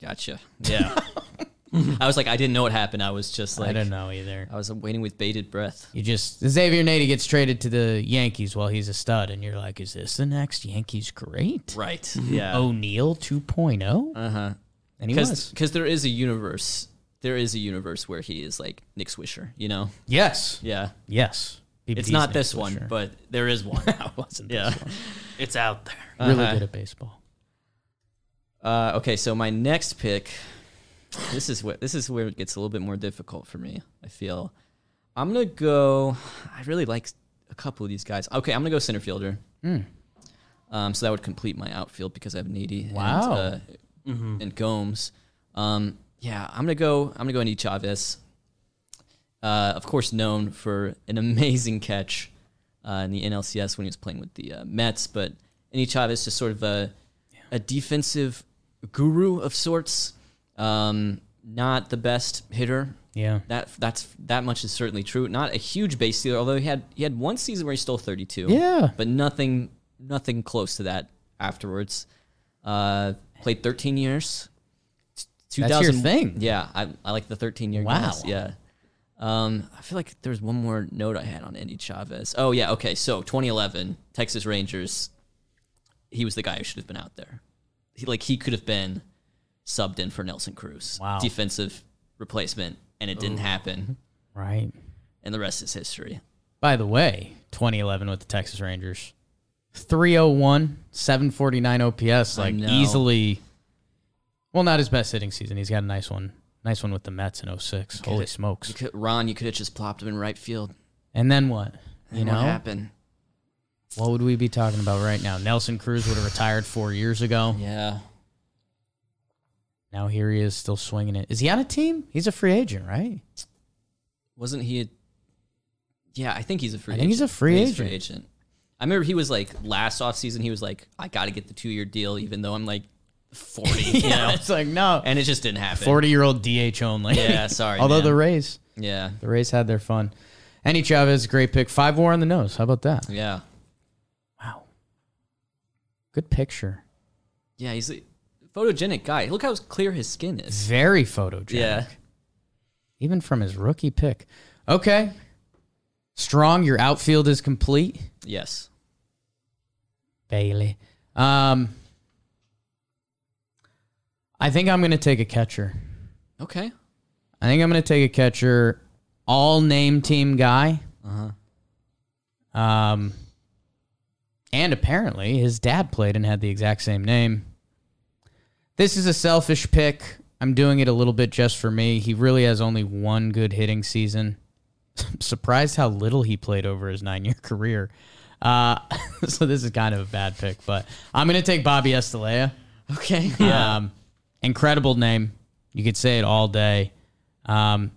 Speaker 3: Gotcha. Yeah. I was like, I didn't know what happened. I was just like, uh,
Speaker 2: i don't know either
Speaker 3: I was waiting with bated breath.
Speaker 2: you just xavier nady gets traded to the yankees while he's a stud and you're like is this the next yankees great
Speaker 3: Right. Yeah.
Speaker 2: o'neill 2.0 uh-huh and Oh, he was
Speaker 3: Because there is a universe. There is a universe where he is like Nick Swisher, you know?
Speaker 2: yes
Speaker 3: Yeah.
Speaker 2: yes
Speaker 3: It's
Speaker 2: BBD's
Speaker 3: not
Speaker 2: next
Speaker 3: this
Speaker 2: for
Speaker 3: one,
Speaker 2: sure.
Speaker 3: but there is one.
Speaker 2: wasn't
Speaker 3: yeah.
Speaker 4: It's out there.
Speaker 2: really
Speaker 3: Uh-huh.
Speaker 2: good at baseball
Speaker 3: Uh, okay, so my next pick. This is where this is where it gets a little bit more difficult for me. I feel I'm gonna go. I really like a couple of these guys. Okay, I'm gonna go center fielder. Um, so that would complete my outfield because I have Nady
Speaker 2: Wow.
Speaker 3: and, uh, and Gomes. Um, yeah, I'm gonna go. I'm gonna go Andy Chavez. Uh, of course, known for an amazing catch uh, in the NLCS when he was playing with the uh, Mets, but Andy Chavez just sort of a a defensive guru of sorts. Um, not the best hitter.
Speaker 2: Yeah.
Speaker 3: That that's that much is certainly true. Not a huge base stealer, although he had he had one season where he stole 32.
Speaker 2: Yeah.
Speaker 3: But nothing nothing close to that afterwards. Uh, played 13 years. It's
Speaker 2: your
Speaker 3: 2000
Speaker 2: thing.
Speaker 3: Yeah, I, I like the 13 year
Speaker 2: Wow.
Speaker 3: guys. Yeah. Um, I feel like there's one more note I had on Andy Chavez. Oh yeah, okay. So 2011 Texas Rangers. He was the guy who should have been out there. He like he could have been subbed in for Nelson Cruz.
Speaker 2: Wow.
Speaker 3: Defensive replacement, and it didn't happen.
Speaker 2: Right.
Speaker 3: And the rest is history.
Speaker 2: By the way, 2011 with the Texas Rangers. 301, 749 OPS, like
Speaker 3: know.
Speaker 2: easily. Well, not his best hitting season. He's got a nice one. Nice one with the Mets in 06. Holy smokes.
Speaker 3: You could, Ron, you could have just plopped him in right field.
Speaker 2: And then what? You
Speaker 3: And
Speaker 2: know,
Speaker 3: what happened?
Speaker 2: what would we be talking about right now? Nelson Cruz would have retired four years ago.
Speaker 3: Yeah,
Speaker 2: Now here he is still swinging it. Is he on a team? He's a free agent, right?
Speaker 3: wasn't he? A, yeah, I think he's a free.
Speaker 2: I think he's a
Speaker 3: agent.
Speaker 2: free
Speaker 3: I think
Speaker 2: agent.
Speaker 3: I remember he was like last offseason, He was like, I got to get the two year deal, even though I'm like forty. You know,
Speaker 2: it's like, no.
Speaker 3: and it just didn't happen.
Speaker 2: 40 year old DH only.
Speaker 3: Yeah, sorry.
Speaker 2: Although
Speaker 3: man.
Speaker 2: the Rays,
Speaker 3: yeah,
Speaker 2: the Rays had their fun. Any Chavez, great pick. Five war on the nose. How about that?
Speaker 3: yeah,
Speaker 2: Wow. Good picture.
Speaker 3: yeah. He's a photogenic guy. Look how clear his skin is.
Speaker 2: Very photogenic.
Speaker 3: Yeah,
Speaker 2: Even from his rookie pick. Okay. Strong, your outfield is complete.
Speaker 3: yes.
Speaker 2: Bailey. Um I think I'm gonna take a catcher.
Speaker 3: Okay.
Speaker 2: I think I'm gonna take a catcher, all name team guy. Uh-huh. Um and apparently his dad played and had the exact same name. This is a selfish pick. I'm doing it a little bit just for me. He really has only one good hitting season. I'm surprised how little he played over his nine year career. Uh, so this is kind of a bad pick, but I'm going to take Bobby Estelea.
Speaker 3: Okay.
Speaker 2: Um, incredible name. You could say it all day. Um,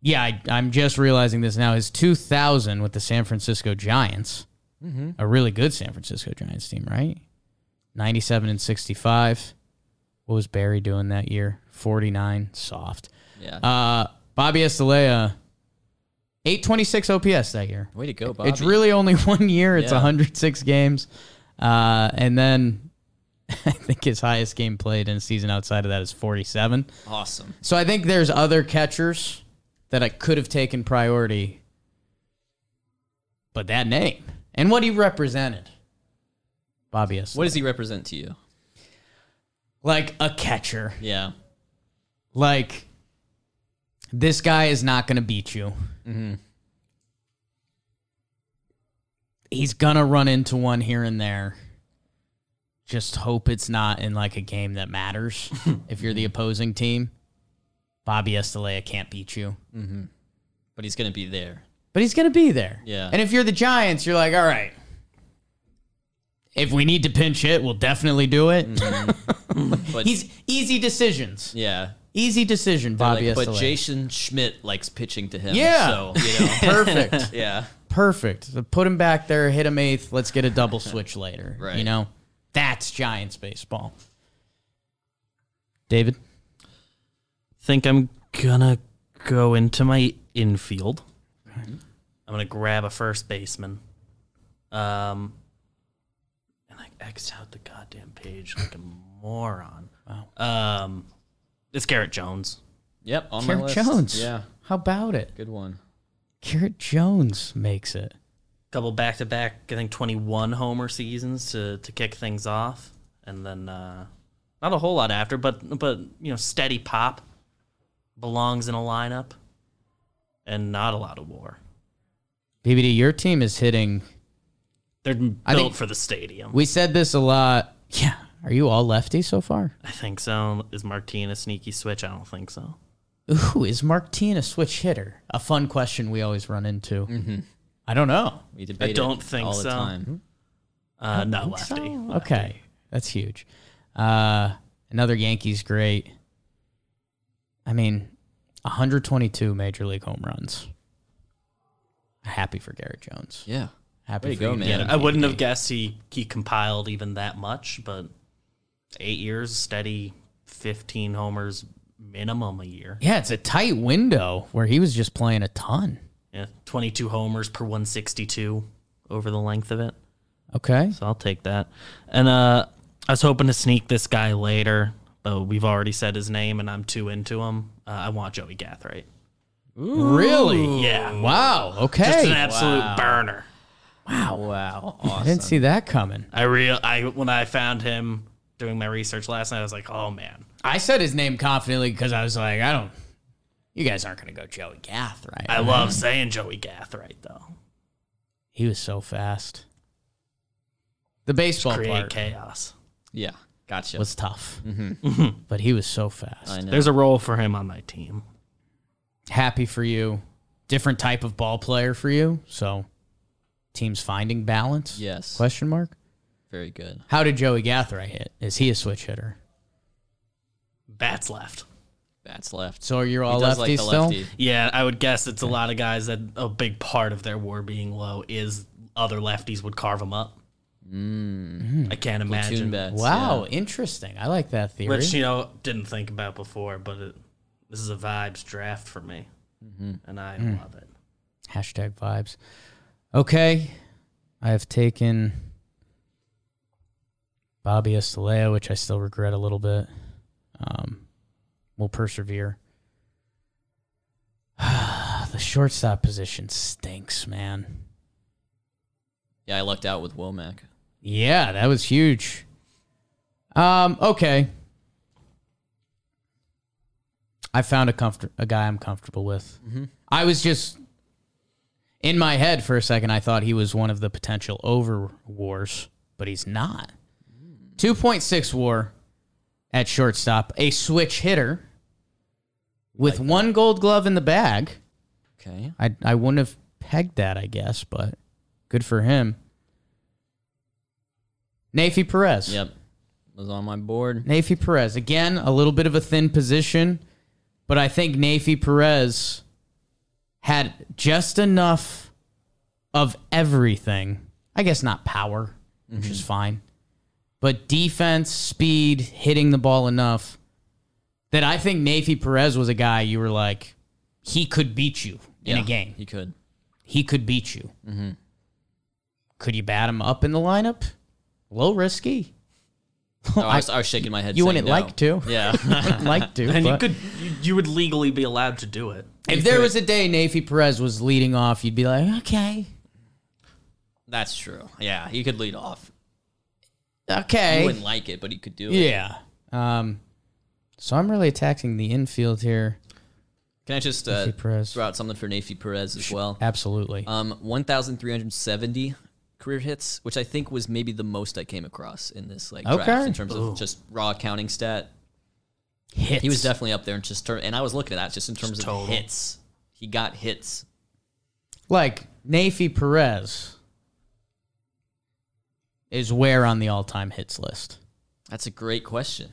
Speaker 2: yeah, I, I'm just realizing this now. His 2000 with the San Francisco Giants,
Speaker 3: Mm-hmm.
Speaker 2: a really good San Francisco Giants team, right? 97 and 65. What was Barry doing that year? 49, soft.
Speaker 3: yeah.
Speaker 2: Uh, Bobby Estelea, 826 OPS that year.
Speaker 3: Way to go, Bobby.
Speaker 2: It's really only one year. It's
Speaker 3: Yeah.
Speaker 2: 106 games. Uh, and then I think his highest game played in a season outside of that is 47.
Speaker 3: awesome.
Speaker 2: So I think there's other catchers that I could have taken priority, but that name and what he represented. Bobby S.
Speaker 3: What does he represent to you?
Speaker 2: Like a catcher.
Speaker 3: Yeah.
Speaker 2: Like, this guy is not going to beat you. He's going to run into one here and there. Just hope it's not in like a game that matters. if you're the opposing team, Bobby Estelea can't beat you.
Speaker 3: But he's gonna be there.
Speaker 2: But he's going to be there.
Speaker 3: Yeah.
Speaker 2: And if you're the Giants, you're like, all right, if we need to pinch hit, we'll definitely do it.
Speaker 3: Mm-hmm. But
Speaker 2: He's easy decisions.
Speaker 3: yeah.
Speaker 2: Easy decision, Bobby
Speaker 3: Like, but
Speaker 2: Estelea.
Speaker 3: Jason Schmidt likes pitching to him.
Speaker 2: Yeah.
Speaker 3: So, you know.
Speaker 2: Perfect.
Speaker 3: yeah.
Speaker 2: perfect. So put him back there, hit him eighth. Let's get a double switch later.
Speaker 3: Right.
Speaker 2: You know, that's Giants baseball. David,
Speaker 4: think I'm gonna go into my infield. I'm gonna grab a first baseman. Um, and I X'd out the goddamn page like a moron. Wow. Um, it's Garrett Jones.
Speaker 3: Yep. On my
Speaker 2: Garrett
Speaker 3: list.
Speaker 2: Jones.
Speaker 3: Yeah.
Speaker 2: How about it?
Speaker 3: Good one.
Speaker 2: Garrett Jones makes it.
Speaker 4: Couple back to back, I think 21 homer seasons to to kick things off, and then uh, not a whole lot after, but but you know steady pop belongs in a lineup, and not a lot of war.
Speaker 2: BBD, your team is hitting.
Speaker 4: They're
Speaker 2: I
Speaker 4: built
Speaker 2: think-
Speaker 4: for the stadium.
Speaker 2: We said this a lot. Yeah. Are you all lefty so far?
Speaker 4: I think so. Is Martin a sneaky switch? I don't think so.
Speaker 2: Ooh, is Martin a switch hitter? A fun question we always run into. I don't know.
Speaker 3: We debate it
Speaker 4: don't think
Speaker 2: Hmm.
Speaker 3: all the
Speaker 4: so.
Speaker 3: time.
Speaker 4: Uh, no, lefty.
Speaker 2: Okay, that's huge. Uh, another Yankees great. I mean, 122 major league home runs. Happy for Garrett Jones.
Speaker 3: Yeah.
Speaker 2: Happy
Speaker 3: Way to
Speaker 2: for
Speaker 3: go,
Speaker 2: you,
Speaker 3: man.
Speaker 2: Garrett.
Speaker 4: I wouldn't have guessed he, he compiled even that much, but eight years, steady 15 homers minimum a year.
Speaker 2: Yeah, it's a tight window where he was just playing a ton.
Speaker 4: Yeah, 22 homers per 162 over the length of it.
Speaker 2: Okay.
Speaker 4: So I'll take that. And uh, I was hoping to sneak this guy later, but we've already said his name and I'm too into him. Uh, I want Joey Gathright.
Speaker 2: Really?
Speaker 4: Yeah.
Speaker 2: Wow.
Speaker 4: Just an
Speaker 2: Okay.
Speaker 4: absolute burner.
Speaker 2: Wow. Wow. I didn't see that coming.
Speaker 4: I real I when I found him doing my research last night, I was like, oh man.
Speaker 2: I said his name confidently because I was like, I don't. You guys aren't going to go Joey Gath, right?
Speaker 4: I love saying Joey Gathright though.
Speaker 2: he was so fast. The baseball
Speaker 4: Create
Speaker 2: part
Speaker 4: chaos.
Speaker 3: Yeah. Gotcha.
Speaker 2: was tough, but he was so fast.
Speaker 3: I know.
Speaker 4: There's a role for him on my team.
Speaker 2: happy for you. Different type of ball player for you. So teams finding balance?
Speaker 3: Yes.
Speaker 2: Question mark.
Speaker 3: Very good.
Speaker 2: How did Joey Gathright hit? Is he a switch hitter?
Speaker 4: Bats left.
Speaker 3: That's left.
Speaker 2: So are you all
Speaker 3: he does
Speaker 2: lefties
Speaker 3: like the
Speaker 2: still?
Speaker 3: lefty.
Speaker 4: Yeah, I would guess it's a lot of guys that a big part of their war being low is other lefties would carve them up. I can't
Speaker 3: Mm. Platoon
Speaker 4: imagine.
Speaker 3: bets.
Speaker 2: Hmm. Wow,
Speaker 3: yeah.
Speaker 2: interesting. I like that theory.
Speaker 4: Which, you know, didn't think about before, but it, this is a vibes draft for me. And I love it.
Speaker 2: Hashtag vibes. Okay. I have taken Bobby Estalea, which I still regret a little bit. Um, we'll persevere. the shortstop position stinks, man.
Speaker 3: Yeah, I lucked out with Womack.
Speaker 2: Yeah, that was huge. Um, okay. I found a comfort a guy I'm comfortable with. I was just in my head for a second. I thought he was one of the potential over wars, but he's not. Two point six WAR at shortstop, a switch hitter with one Gold Glove in the bag.
Speaker 3: Okay.
Speaker 2: I I wouldn't have pegged that, I guess, but good for him. Nafi Perez.
Speaker 3: Yep. Was on my board.
Speaker 2: Nafi Perez. Again, a little bit of a thin position, but I think Nafi Perez had just enough of everything. I guess not power, which
Speaker 3: Mm-hmm.
Speaker 2: is fine, but defense, speed, hitting the ball enough that I think Nafi Perez was a guy you were like, he could beat you in
Speaker 3: Yeah,
Speaker 2: a game
Speaker 3: He could.
Speaker 2: he could beat you.
Speaker 3: Mm-hmm.
Speaker 2: Could you bat him up in the lineup? Low risky.
Speaker 3: Oh, I, was, I was shaking my head.
Speaker 2: You
Speaker 3: saying
Speaker 2: wouldn't
Speaker 3: no.
Speaker 2: like to.
Speaker 3: Yeah.
Speaker 2: I'd like to.
Speaker 4: And you
Speaker 2: but-
Speaker 4: could, you, you would legally be allowed to do it.
Speaker 2: if there was a day Nafi Perez was leading off, you'd be like, okay,
Speaker 3: That's true. Yeah, he could lead off. He
Speaker 2: okay,
Speaker 3: wouldn't like it, but he could do it.
Speaker 2: yeah. Um, so I'm really attacking the infield here.
Speaker 3: Can I just uh,
Speaker 2: Nafi Perez.
Speaker 3: throw out something for Nafi Perez as well?
Speaker 2: Absolutely.
Speaker 3: Um, 1,370 career hits, which I think was maybe the most I came across in this like
Speaker 2: Okay.
Speaker 3: draft in terms of just raw counting stat.
Speaker 2: hits.
Speaker 3: He was definitely up there in just term, and I was looking at that just in terms of
Speaker 4: total.
Speaker 3: hits. He got hits.
Speaker 2: like Nafi Perez is where on the all-time hits list.
Speaker 3: That's a great question.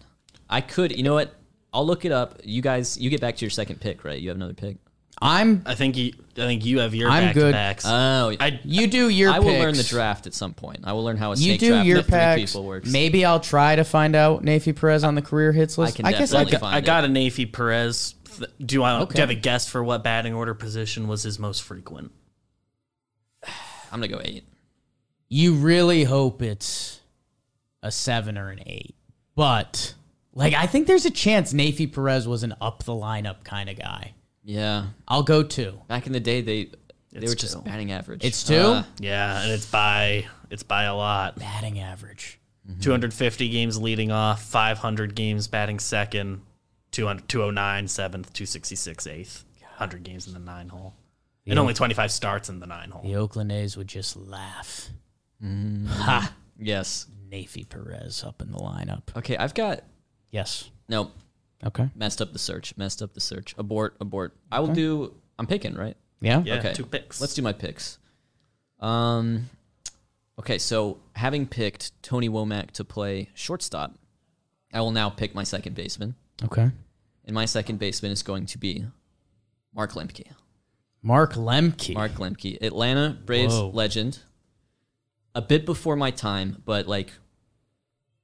Speaker 3: I could, you know what? I'll look it up. You guys, you get back to your second pick, right? You have another pick.
Speaker 2: I'm.
Speaker 4: I think you, I think you have your
Speaker 2: I'm
Speaker 4: back
Speaker 2: good.
Speaker 4: to backs.
Speaker 3: Oh, I,
Speaker 4: I,
Speaker 2: You do your.
Speaker 3: will learn the
Speaker 2: picks.
Speaker 3: draft at some point. I will learn how a
Speaker 2: You
Speaker 3: snake
Speaker 2: do
Speaker 3: draft
Speaker 2: your
Speaker 3: with three
Speaker 2: packs.
Speaker 3: people works.
Speaker 2: Maybe I'll try to find out Nafi Perez on the career hits list. I,
Speaker 3: can
Speaker 2: guess I
Speaker 3: definitely
Speaker 2: got,
Speaker 3: find
Speaker 4: I got a Nafi Perez. Th- Do you want
Speaker 2: Okay.
Speaker 4: do you have a guess for what batting order position was his most frequent?
Speaker 3: I'm gonna go eight.
Speaker 2: you really hope it's a seven or an eight, but like I think there's a chance Nafi Perez was an up the lineup kind of guy.
Speaker 3: Yeah.
Speaker 2: I'll go two.
Speaker 3: Back in the day, they they
Speaker 4: It's
Speaker 3: were just
Speaker 4: two.
Speaker 3: batting average.
Speaker 2: It's two
Speaker 3: Uh,
Speaker 4: Yeah, and it's by it's by a lot.
Speaker 2: batting average.
Speaker 3: Mm-hmm.
Speaker 4: 250 games leading off, 500 games batting second, 200, 209 seventh, 266 eighth, 100 games in the nine hole, and only 25 starts in the nine hole.
Speaker 2: The Oakland A's would just laugh.
Speaker 3: yes.
Speaker 2: Nafi Perez up in the lineup.
Speaker 3: Okay, I've got
Speaker 2: Yes.
Speaker 3: no
Speaker 2: Okay.
Speaker 3: messed up the search. Messed up the search. Abort. Abort. I will do. I'm picking right.
Speaker 2: Yeah.
Speaker 4: Yeah,
Speaker 3: Okay.
Speaker 4: two picks.
Speaker 3: Let's do my picks. Um, Okay, so having picked Tony Womack to play shortstop, I will now pick my second baseman,
Speaker 2: Okay.
Speaker 3: and my second baseman is going to be Mark Lemke.
Speaker 2: Mark Lemke.
Speaker 3: Mark Lemke, Atlanta Braves
Speaker 4: Whoa.
Speaker 3: legend. A bit before my time, but like,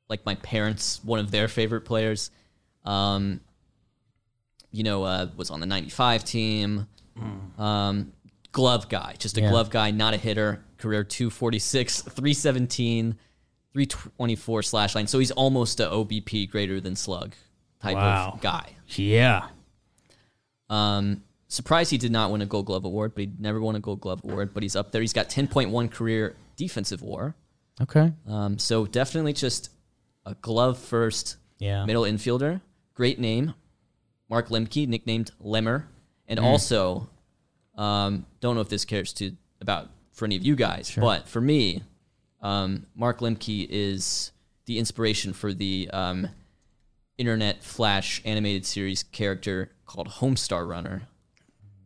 Speaker 3: like my parents, one of their favorite players. Um, you know, uh, was on the '95 team.
Speaker 4: Mm.
Speaker 3: Um, glove guy, just a
Speaker 2: Yeah.
Speaker 3: glove guy, not a hitter. Career 246, 317, 324 slash line. So he's almost a OBP greater than slug type
Speaker 4: Wow.
Speaker 3: of guy.
Speaker 4: Yeah.
Speaker 3: Um, surprised he did not win a Gold Glove award, but he never won a Gold Glove award. But he's up there. He's got 10.1 career defensive WAR.
Speaker 2: Okay.
Speaker 3: Um, so definitely just a glove first
Speaker 4: Yeah.
Speaker 3: middle infielder. Great name, Mark Lemke, nicknamed Lemmer, and also um, don't know if this cares to about for any of you guys, but for me, um, Mark Lemke is the inspiration for the um, internet flash animated series character called Homestar Runner.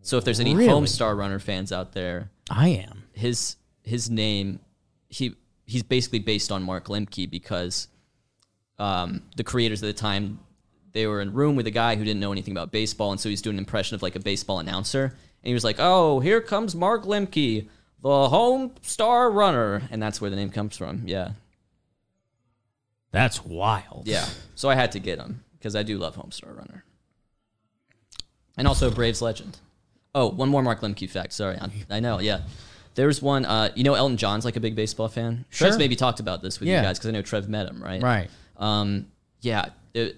Speaker 3: So if there's any
Speaker 2: Really?
Speaker 3: Homestar Runner fans out there,
Speaker 2: I am.
Speaker 3: his his name he he's basically based on Mark Lemke because um, the creators at the time they were in a room with a guy who didn't know anything about baseball and so he's doing an impression of like a baseball announcer and he was like oh here comes Mark Lemke the home star runner and that's where the name comes from yeah
Speaker 4: That's wild.
Speaker 3: yeah so I had to get him because I do love home star runner and also a Braves legend oh one more Mark Lemke fact sorry I, I know yeah. There's one, uh, you know, Elton John's like a big baseball fan.
Speaker 2: Sure.
Speaker 3: Trev's maybe talked about this with
Speaker 2: Yeah.
Speaker 3: you guys because I know Trev met him, right?
Speaker 2: Right.
Speaker 3: Um, yeah, it,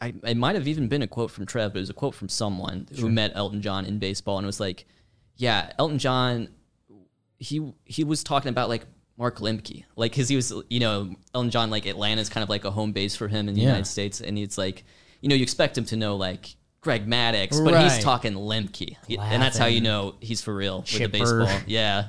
Speaker 3: I, it might have even been a quote from Trev, but it was a quote from someone who met Elton John in baseball and was like, "Yeah, Elton John, he he was talking about like Mark Lemke, like because he was you know Elton John like Atlanta's kind of like a home base for him in the
Speaker 2: Yeah.
Speaker 3: United States, and it's like you know you expect him to know like." Greg Maddox, but
Speaker 2: Right.
Speaker 3: he's talking Lemke, and that's how you know he's for real with
Speaker 2: Chipper.
Speaker 3: the baseball. Yeah,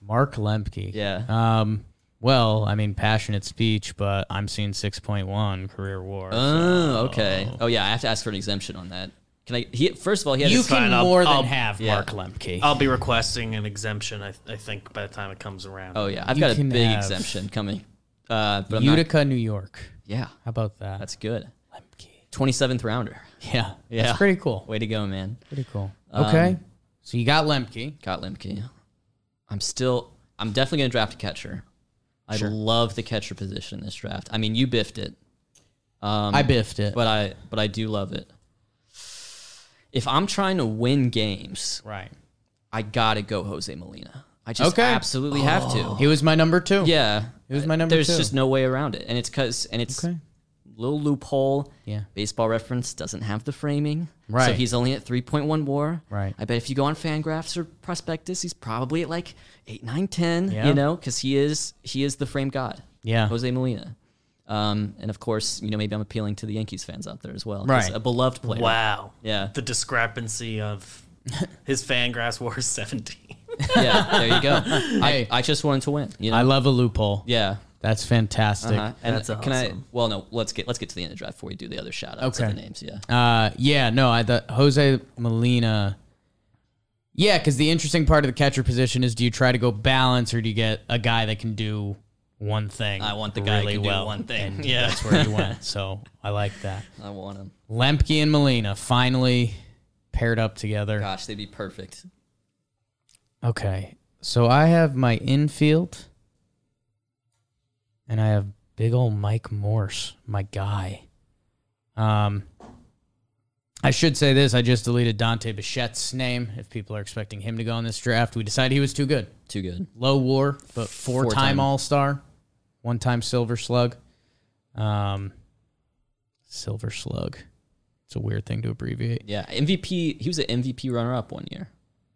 Speaker 2: Mark Lemke.
Speaker 3: yeah.
Speaker 2: Um. Well, I mean, passionate speech, but I'm seeing 6.1 career war.
Speaker 3: Oh, okay. Oh yeah, I have to ask for an exemption on that. Can I? He first of all, he had
Speaker 2: you
Speaker 3: his-
Speaker 2: can
Speaker 4: fine, I'll-
Speaker 2: more than
Speaker 4: I'll-
Speaker 2: have
Speaker 3: yeah.
Speaker 2: Mark Lemke.
Speaker 4: I'll be requesting an exemption. I, I think by the time it comes around.
Speaker 3: Oh yeah, I've
Speaker 2: You
Speaker 3: got a
Speaker 2: can
Speaker 3: big
Speaker 2: have-
Speaker 3: exemption coming. Uh, but I'm not-
Speaker 2: Utica, New York.
Speaker 3: yeah,
Speaker 2: How about that?
Speaker 3: that's good.
Speaker 2: Lemke.
Speaker 3: Twenty seventh rounder.
Speaker 2: Yeah.
Speaker 3: Yeah. Um,
Speaker 2: That's pretty cool.
Speaker 3: Way to go, man.
Speaker 2: Pretty cool. Okay. so you got Lemke.
Speaker 3: Got Lemke. I'm still. I'm definitely gonna draft a catcher. I love the catcher position in this draft. I mean, you biffed it,
Speaker 2: I biffed it.
Speaker 3: um, but I but I do love it. If I'm trying to win games,
Speaker 2: right.
Speaker 3: I gotta go Jose Molina. I just
Speaker 2: Okay.
Speaker 3: absolutely have to.
Speaker 2: He was my number two.
Speaker 3: Yeah,
Speaker 2: He was my number
Speaker 3: There's
Speaker 2: two.
Speaker 3: just no way around it, and it's because and it's
Speaker 2: Okay.
Speaker 3: little loophole.
Speaker 2: Yeah.
Speaker 3: Baseball Reference doesn't have the framing, So
Speaker 2: Right.
Speaker 3: he's only at 3.1 WAR.
Speaker 2: Right.
Speaker 3: I bet if you go on Fangraphs or Prospectus, he's probably at like eight, nine, ten.
Speaker 2: Yeah.
Speaker 3: You know, because he is he is the frame god.
Speaker 2: Yeah.
Speaker 3: Jose Molina. Um, and of course, you know, maybe I'm appealing to the Yankees fans out there as well. He's
Speaker 2: Right.
Speaker 3: A beloved player.
Speaker 4: Wow.
Speaker 3: Yeah.
Speaker 4: The discrepancy of his Fangraphs WAR 17.
Speaker 3: Yeah. There you go.
Speaker 2: Hey.
Speaker 3: I, I just wanted to win. You know.
Speaker 2: I love a loophole.
Speaker 3: yeah.
Speaker 2: That's fantastic.
Speaker 3: Uh-huh. And
Speaker 4: That's
Speaker 3: can I?
Speaker 4: awesome.
Speaker 3: Well, no. Let's get let's get to the end of the draft before we do the other shout outs
Speaker 2: Okay.
Speaker 3: the names. Yeah.
Speaker 2: Uh, yeah, no, I thought Jose Molina. Yeah, because the interesting part of the catcher position is: do you try to go balance, or do you get a guy that can do one thing?
Speaker 3: I want the guy who
Speaker 2: really
Speaker 3: can do
Speaker 2: well?
Speaker 3: one thing.
Speaker 2: And
Speaker 4: Yeah.
Speaker 2: that's where you went. So I like that.
Speaker 3: I want him.
Speaker 2: Lemke and Molina finally paired up together.
Speaker 3: Gosh, they'd be perfect.
Speaker 2: Okay, so I have my infield, and I have big old Mike Morse, my guy. Um, I should say this: I just deleted Dante Bichette's name. If people are expecting him to go in this draft, we decided he was too good.
Speaker 3: Too good.
Speaker 2: Low WAR, but four-time
Speaker 3: Four-time.
Speaker 2: All-Star, one-time Silver Slug. Um, Silver Slug. It's a weird thing to abbreviate.
Speaker 3: Yeah, MVP. He was an MVP runner-up one year.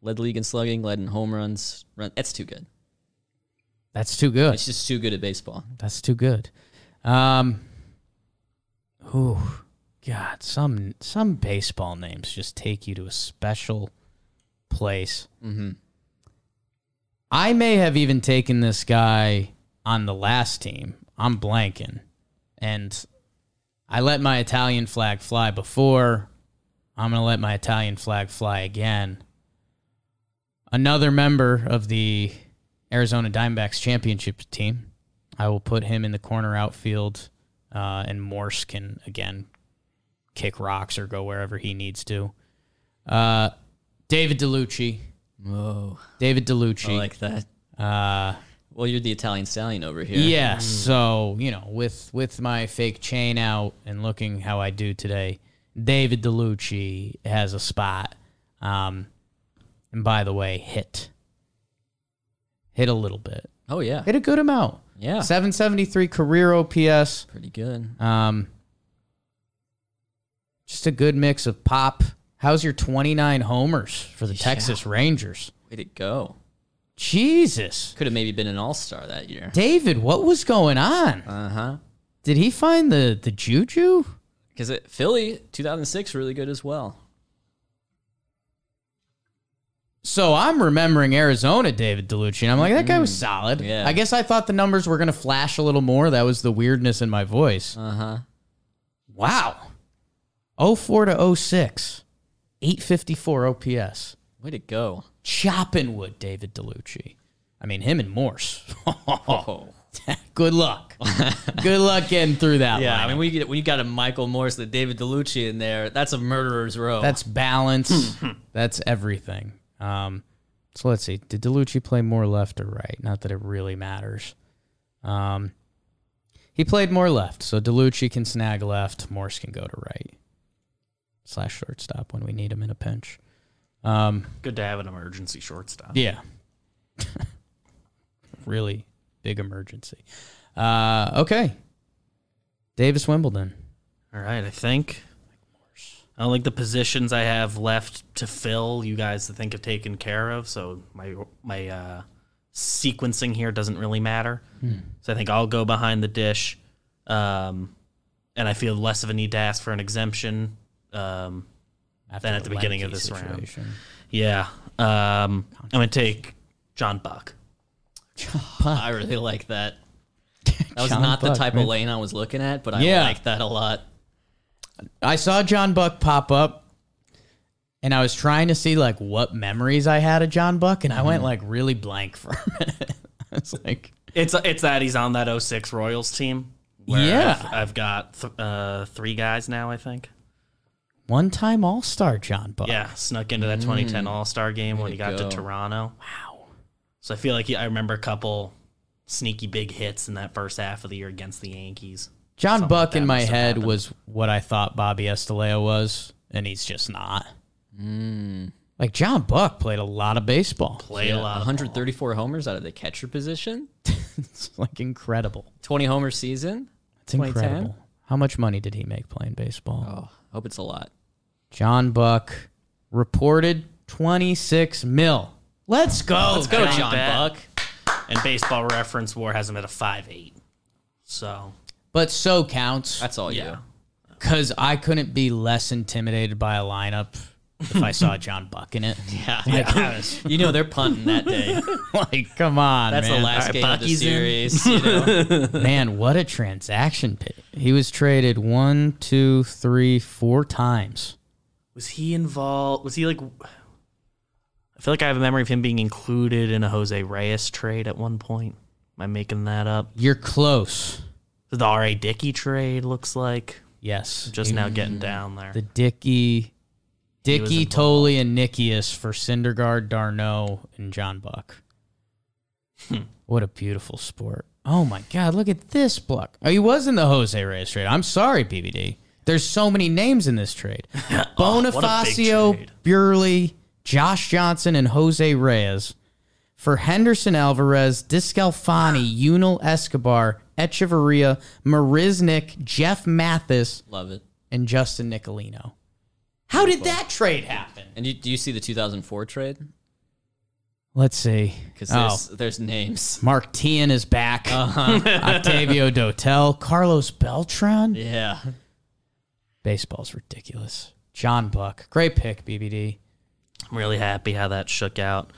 Speaker 3: Led the league in slugging, led in home runs. Run, that's too good.
Speaker 2: That's too good.
Speaker 3: It's just too good at baseball.
Speaker 2: That's too good. Um, ooh, God, some some baseball names just take you to a special place. Mm-hmm. I may have even taken this guy on the last team. I'm blanking, and I let my Italian flag fly before. I'm gonna let my Italian flag fly again. Another member of the Arizona Diamondbacks championship team. I will put him in the corner outfield, uh, and Morse can again kick rocks or go wherever he needs to. Uh, David DeLucci.
Speaker 3: Whoa,
Speaker 2: David
Speaker 3: I
Speaker 2: DeLucci.
Speaker 3: like that.
Speaker 2: uh,
Speaker 3: Well, you're the Italian stallion over here.
Speaker 2: yeah. So you know, with with my fake chain out and looking how I do today, David DeLucci has a spot. Um, and by the way, hit hit a little bit,
Speaker 3: Oh yeah.
Speaker 2: hit a good amount.
Speaker 3: Yeah.
Speaker 2: seven seventy three career OPS.
Speaker 3: Pretty good.
Speaker 2: Um, just a good mix of pop. How's your twenty nine homers for the Texas Rangers?
Speaker 3: Way to go.
Speaker 2: Jesus,
Speaker 3: Could have maybe been an all star that year.
Speaker 2: David, what was going on?
Speaker 3: Uh huh.
Speaker 2: Did he find the the juju?
Speaker 3: Because Philly 2006 really good as well.
Speaker 2: So I'm remembering Arizona, David DeLucci, and I'm like, that guy was solid.
Speaker 3: Mm. Yeah.
Speaker 2: I guess I thought the numbers were gonna flash a little more. That was the weirdness in my voice.
Speaker 3: Uh huh.
Speaker 2: Wow. 04 to 06, 854 OPS.
Speaker 3: Way to go.
Speaker 2: Chopping wood, David DeLucci. I mean, him and Morse.
Speaker 3: Oh.
Speaker 2: Good luck. Good luck getting through that
Speaker 3: Yeah,
Speaker 2: line.
Speaker 3: I mean, we get, when you got a Michael Morse, the David DeLucci in there, that's a murderer's row.
Speaker 2: That's balance. That's everything. Um, so let's see. Did DeLucci play more left or right? Not that it really matters. Um, he played more left, so DeLucci can snag left. Morse can go to right slash shortstop when we need him in a pinch. Um,
Speaker 4: Good to have an emergency shortstop.
Speaker 2: yeah. really big emergency. Uh, okay. Davis Wimbledon.
Speaker 4: All right, I think. I don't think the positions I have left to fill, you guys I think have taken care of. So my my uh, sequencing here doesn't really matter. So I think I'll go behind the dish, um, and I feel less of a need to ask for an exemption. Um,
Speaker 2: After
Speaker 4: Then at the beginning of this round.
Speaker 2: round.
Speaker 4: yeah, um, I'm gonna take John Buck.
Speaker 3: I really like that. That was
Speaker 2: John
Speaker 3: not the
Speaker 2: Buck,
Speaker 3: type
Speaker 2: man.
Speaker 3: of lane I was looking at, but I
Speaker 2: Yeah.
Speaker 3: like that a lot.
Speaker 2: I saw John Buck pop up and I was trying to see like what memories I had of John Buck and I
Speaker 4: Mm-hmm.
Speaker 2: went like really blank for a minute. I was like
Speaker 4: It's it's that he's on that 06 Royals team.
Speaker 2: Yeah.
Speaker 4: I've, I've got th- uh, three guys now. I think.
Speaker 2: one time all star John Buck.
Speaker 4: Yeah, snuck into that 2010 All Star game when he got
Speaker 3: go.
Speaker 4: to Toronto.
Speaker 2: Wow.
Speaker 4: So I feel like he, I remember a couple sneaky big hits in that first half of the year against the Yankees.
Speaker 2: John
Speaker 4: Something
Speaker 2: Buck
Speaker 4: like that
Speaker 2: in my
Speaker 4: must have
Speaker 2: head
Speaker 4: happened.
Speaker 2: was what I thought Bobby Estaleo was, and he's just not.
Speaker 4: Mm.
Speaker 2: Like John Buck played a lot of baseball.
Speaker 4: Played
Speaker 3: Yeah,
Speaker 4: a lot. Of,
Speaker 3: 134 homers out of the catcher position,
Speaker 2: It's like incredible.
Speaker 3: 20 homer season.
Speaker 2: It's incredible. How much money did he make playing baseball?
Speaker 3: Oh, hope it's a lot.
Speaker 2: John Buck reported 26 mil. Let's go.
Speaker 3: Let's go,
Speaker 4: Not
Speaker 3: John
Speaker 4: bad.
Speaker 3: Buck.
Speaker 4: and Baseball Reference WAR has him at a five eight. So
Speaker 2: But so counts
Speaker 3: That's all you.
Speaker 4: Yeah.
Speaker 2: because I couldn't be less intimidated by a lineup if I saw John Buck in it.
Speaker 3: Yeah, you know they're punting that day.
Speaker 2: Like, come on,
Speaker 3: That's
Speaker 2: man.
Speaker 3: the last game of the
Speaker 4: Bucky's in.
Speaker 3: series. You know?
Speaker 2: Man, what a transaction pick. He was traded one, two, three, four times.
Speaker 4: was he involved? Was he like? I feel like I have a memory of him being included in a Jose Reyes trade at one point. Am I making that up?
Speaker 2: You're close.
Speaker 4: The R.A. Dickey trade looks like
Speaker 2: Yes.
Speaker 4: just now getting down there.
Speaker 2: the Dickey,
Speaker 4: was
Speaker 2: Dickey,
Speaker 4: involved.
Speaker 2: Tolley, and Nickius for Syndergaard, Darno, and John Buck.
Speaker 4: Hmm.
Speaker 2: what a beautiful sport. Oh my God, look at this block. Oh, he was in the Jose Reyes trade. I'm sorry, BBD. There's so many names in this trade.
Speaker 4: Oh,
Speaker 2: Bonifacio,
Speaker 4: trade.
Speaker 2: Burley, Josh Johnson, and Jose Reyes for Henderson Alvarez, Discalfani, Yunel Escobar, Echeverria, Marisnik, Jeff Mathis,
Speaker 3: Love it.
Speaker 2: and Justin Nicolino. How did that trade happen?
Speaker 3: And you, do you see the 2004 trade?
Speaker 2: Let's see.
Speaker 3: Because
Speaker 2: Oh,
Speaker 3: there's, Uh-huh. there's names.
Speaker 2: Mark Tian is back. Octavio Dotel, Carlos Beltran.
Speaker 3: Yeah.
Speaker 2: Baseball's ridiculous. John Buck, great pick, BBD.
Speaker 4: I'm really happy how that shook out.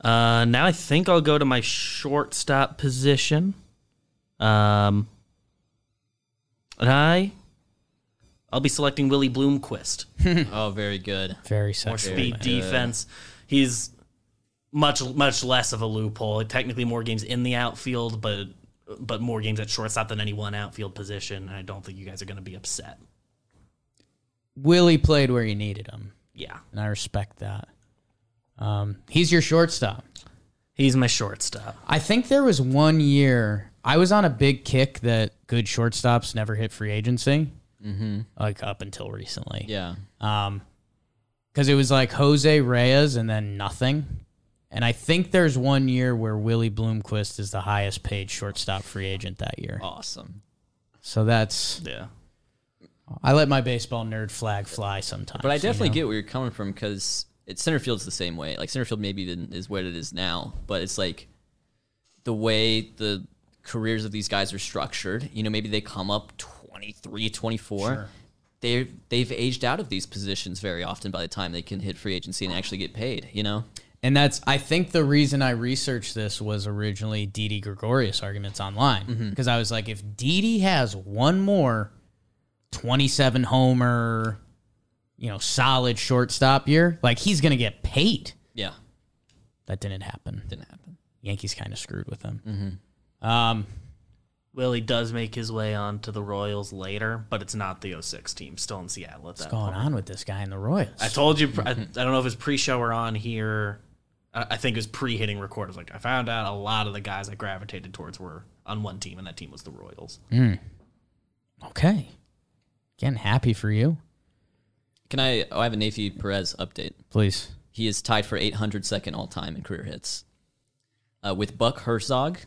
Speaker 4: Uh, now I think I'll go to my shortstop position. Um, and I, I'll be selecting Willie Bloomquist
Speaker 3: Oh, very good.
Speaker 2: Very
Speaker 4: more
Speaker 2: sexy.
Speaker 4: speed defense. He's much much less of a loophole. Technically, more games in the outfield, but but more games at shortstop than any one outfield position. And I don't think you guys are going to be upset.
Speaker 2: Willie played where you needed him,
Speaker 4: Yeah,
Speaker 2: and I respect that. Um, he's your shortstop.
Speaker 4: he's my shortstop.
Speaker 2: I think there was one year I was on a big kick that good shortstops never hit free agency, mm-hmm. like up until recently.
Speaker 3: Yeah.
Speaker 2: because Um, it was like Jose Reyes and then nothing. And I think there's one year where Willie Bloomquist is the highest paid shortstop free agent that year.
Speaker 3: Oh. Awesome.
Speaker 2: So that's
Speaker 4: Yeah,
Speaker 2: I let my baseball nerd flag fly sometimes.
Speaker 3: But I
Speaker 2: you
Speaker 3: definitely
Speaker 2: know?
Speaker 3: get where you're coming from because it center field's the same way. Like center field maybe didn't- is what it is now, but it's like the way the careers of these guys are structured. You know, maybe they come up 23, 24. They they've aged out of these positions very often by the time they can hit free agency and actually get paid. You know,
Speaker 2: and that's I think the reason I researched this was originally Didi Gregorius arguments online
Speaker 3: Mm-hmm.
Speaker 2: because I was like, if Didi has one more 27 homer, you know, solid shortstop year, like he's gonna get paid.
Speaker 3: yeah,
Speaker 2: That didn't happen.
Speaker 3: didn't happen. Mm-hmm.
Speaker 2: Yankees kind of screwed with them. Um,
Speaker 4: Willie does make his way on to the Royals later, but it's not the 06 team. Still in Seattle at that point.
Speaker 2: going on with this guy in the Royals?
Speaker 4: I told you. I, I don't know if it was pre-show or on here. I I think it was pre-hitting record. I was like, I found out a lot of the guys I gravitated towards were on one team, and that team was the Royals.
Speaker 2: Mm. okay, again, happy for you.
Speaker 3: Can I? Oh, I have a Navy Perez update.
Speaker 2: Please,
Speaker 3: He is tied for 800 second all time in career hits uh, with Buck Herzog.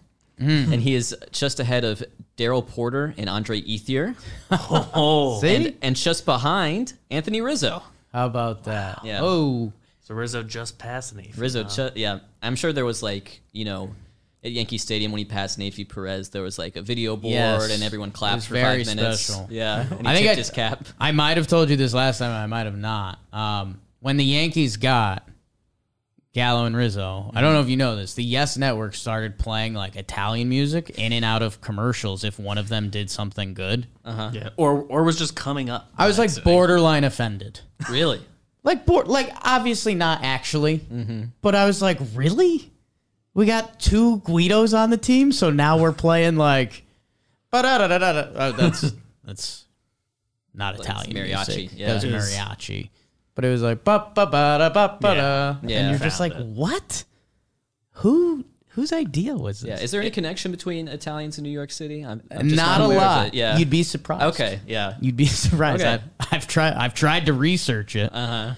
Speaker 2: Mm.
Speaker 3: And he is just ahead of Daryl Porter and Andre Ethier.
Speaker 4: Oh,
Speaker 2: see,
Speaker 3: And, and just behind Anthony Rizzo.
Speaker 2: how about that?
Speaker 3: Yeah.
Speaker 2: Oh,
Speaker 4: so Rizzo just passed me.
Speaker 3: Rizzo, chu- yeah. I'm sure there was like, you know, at Yankee Stadium when he passed Nafi Perez, there was like a video board
Speaker 2: Yes.
Speaker 3: and everyone
Speaker 2: It
Speaker 3: clapped
Speaker 2: was
Speaker 3: for
Speaker 2: very
Speaker 3: five minutes.
Speaker 2: special.
Speaker 3: Yeah. And he
Speaker 2: I think
Speaker 3: tipped
Speaker 2: I-
Speaker 3: his cap.
Speaker 2: I might have told you this last time. I might have not. Um, when the Yankees got Gallo and Rizzo, I
Speaker 3: Mm-hmm.
Speaker 2: don't know if you know this. The Yes Network started playing like Italian music in and out of commercials if one of them did something good.
Speaker 3: Oh,
Speaker 4: Yeah, or or was just coming up.
Speaker 2: I was like borderline offended.
Speaker 3: Really?
Speaker 2: like bored like obviously not actually but i was like really we got two guidos on the team so now we're playing like ba-da-da-da-da-da. oh, that's that's not italian
Speaker 3: mariachi,
Speaker 2: music.
Speaker 3: yeah.
Speaker 2: that was
Speaker 3: It
Speaker 4: is.
Speaker 2: mariachi but it was like ba ba ba da ba ba da
Speaker 4: Yeah.
Speaker 2: and
Speaker 3: Yeah.
Speaker 2: you're just
Speaker 4: Found
Speaker 2: like
Speaker 4: it.
Speaker 2: what who whose idea was
Speaker 3: Yeah.
Speaker 2: this
Speaker 3: Is there any connection between Italians and New York City? I'm, I'm just
Speaker 2: not a
Speaker 3: aware of
Speaker 2: lot
Speaker 3: it. Yeah.
Speaker 2: you'd be surprised
Speaker 3: Okay. Yeah.
Speaker 2: You'd be surprised.
Speaker 3: Okay.
Speaker 2: I've, I've tried. I've tried to research it. Uh huh.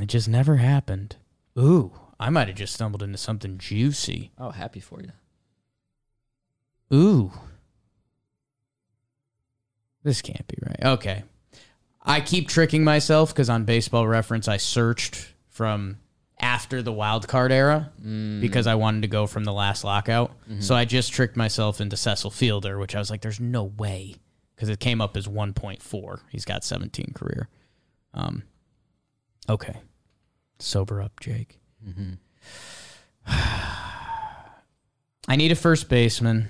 Speaker 2: It just never happened. Ooh, I might have just stumbled into something juicy.
Speaker 3: Oh, happy for you.
Speaker 2: Ooh, this can't be right. Okay, I keep tricking myself because on Baseball Reference I searched from after the wild card era because I wanted to go from the last lockout. So I just tricked myself into Cecil Fielder, which I was like, "There's no way," because it came up as 1.4. He's got 17 career. Um, okay, sober up, Jake. I need a first baseman.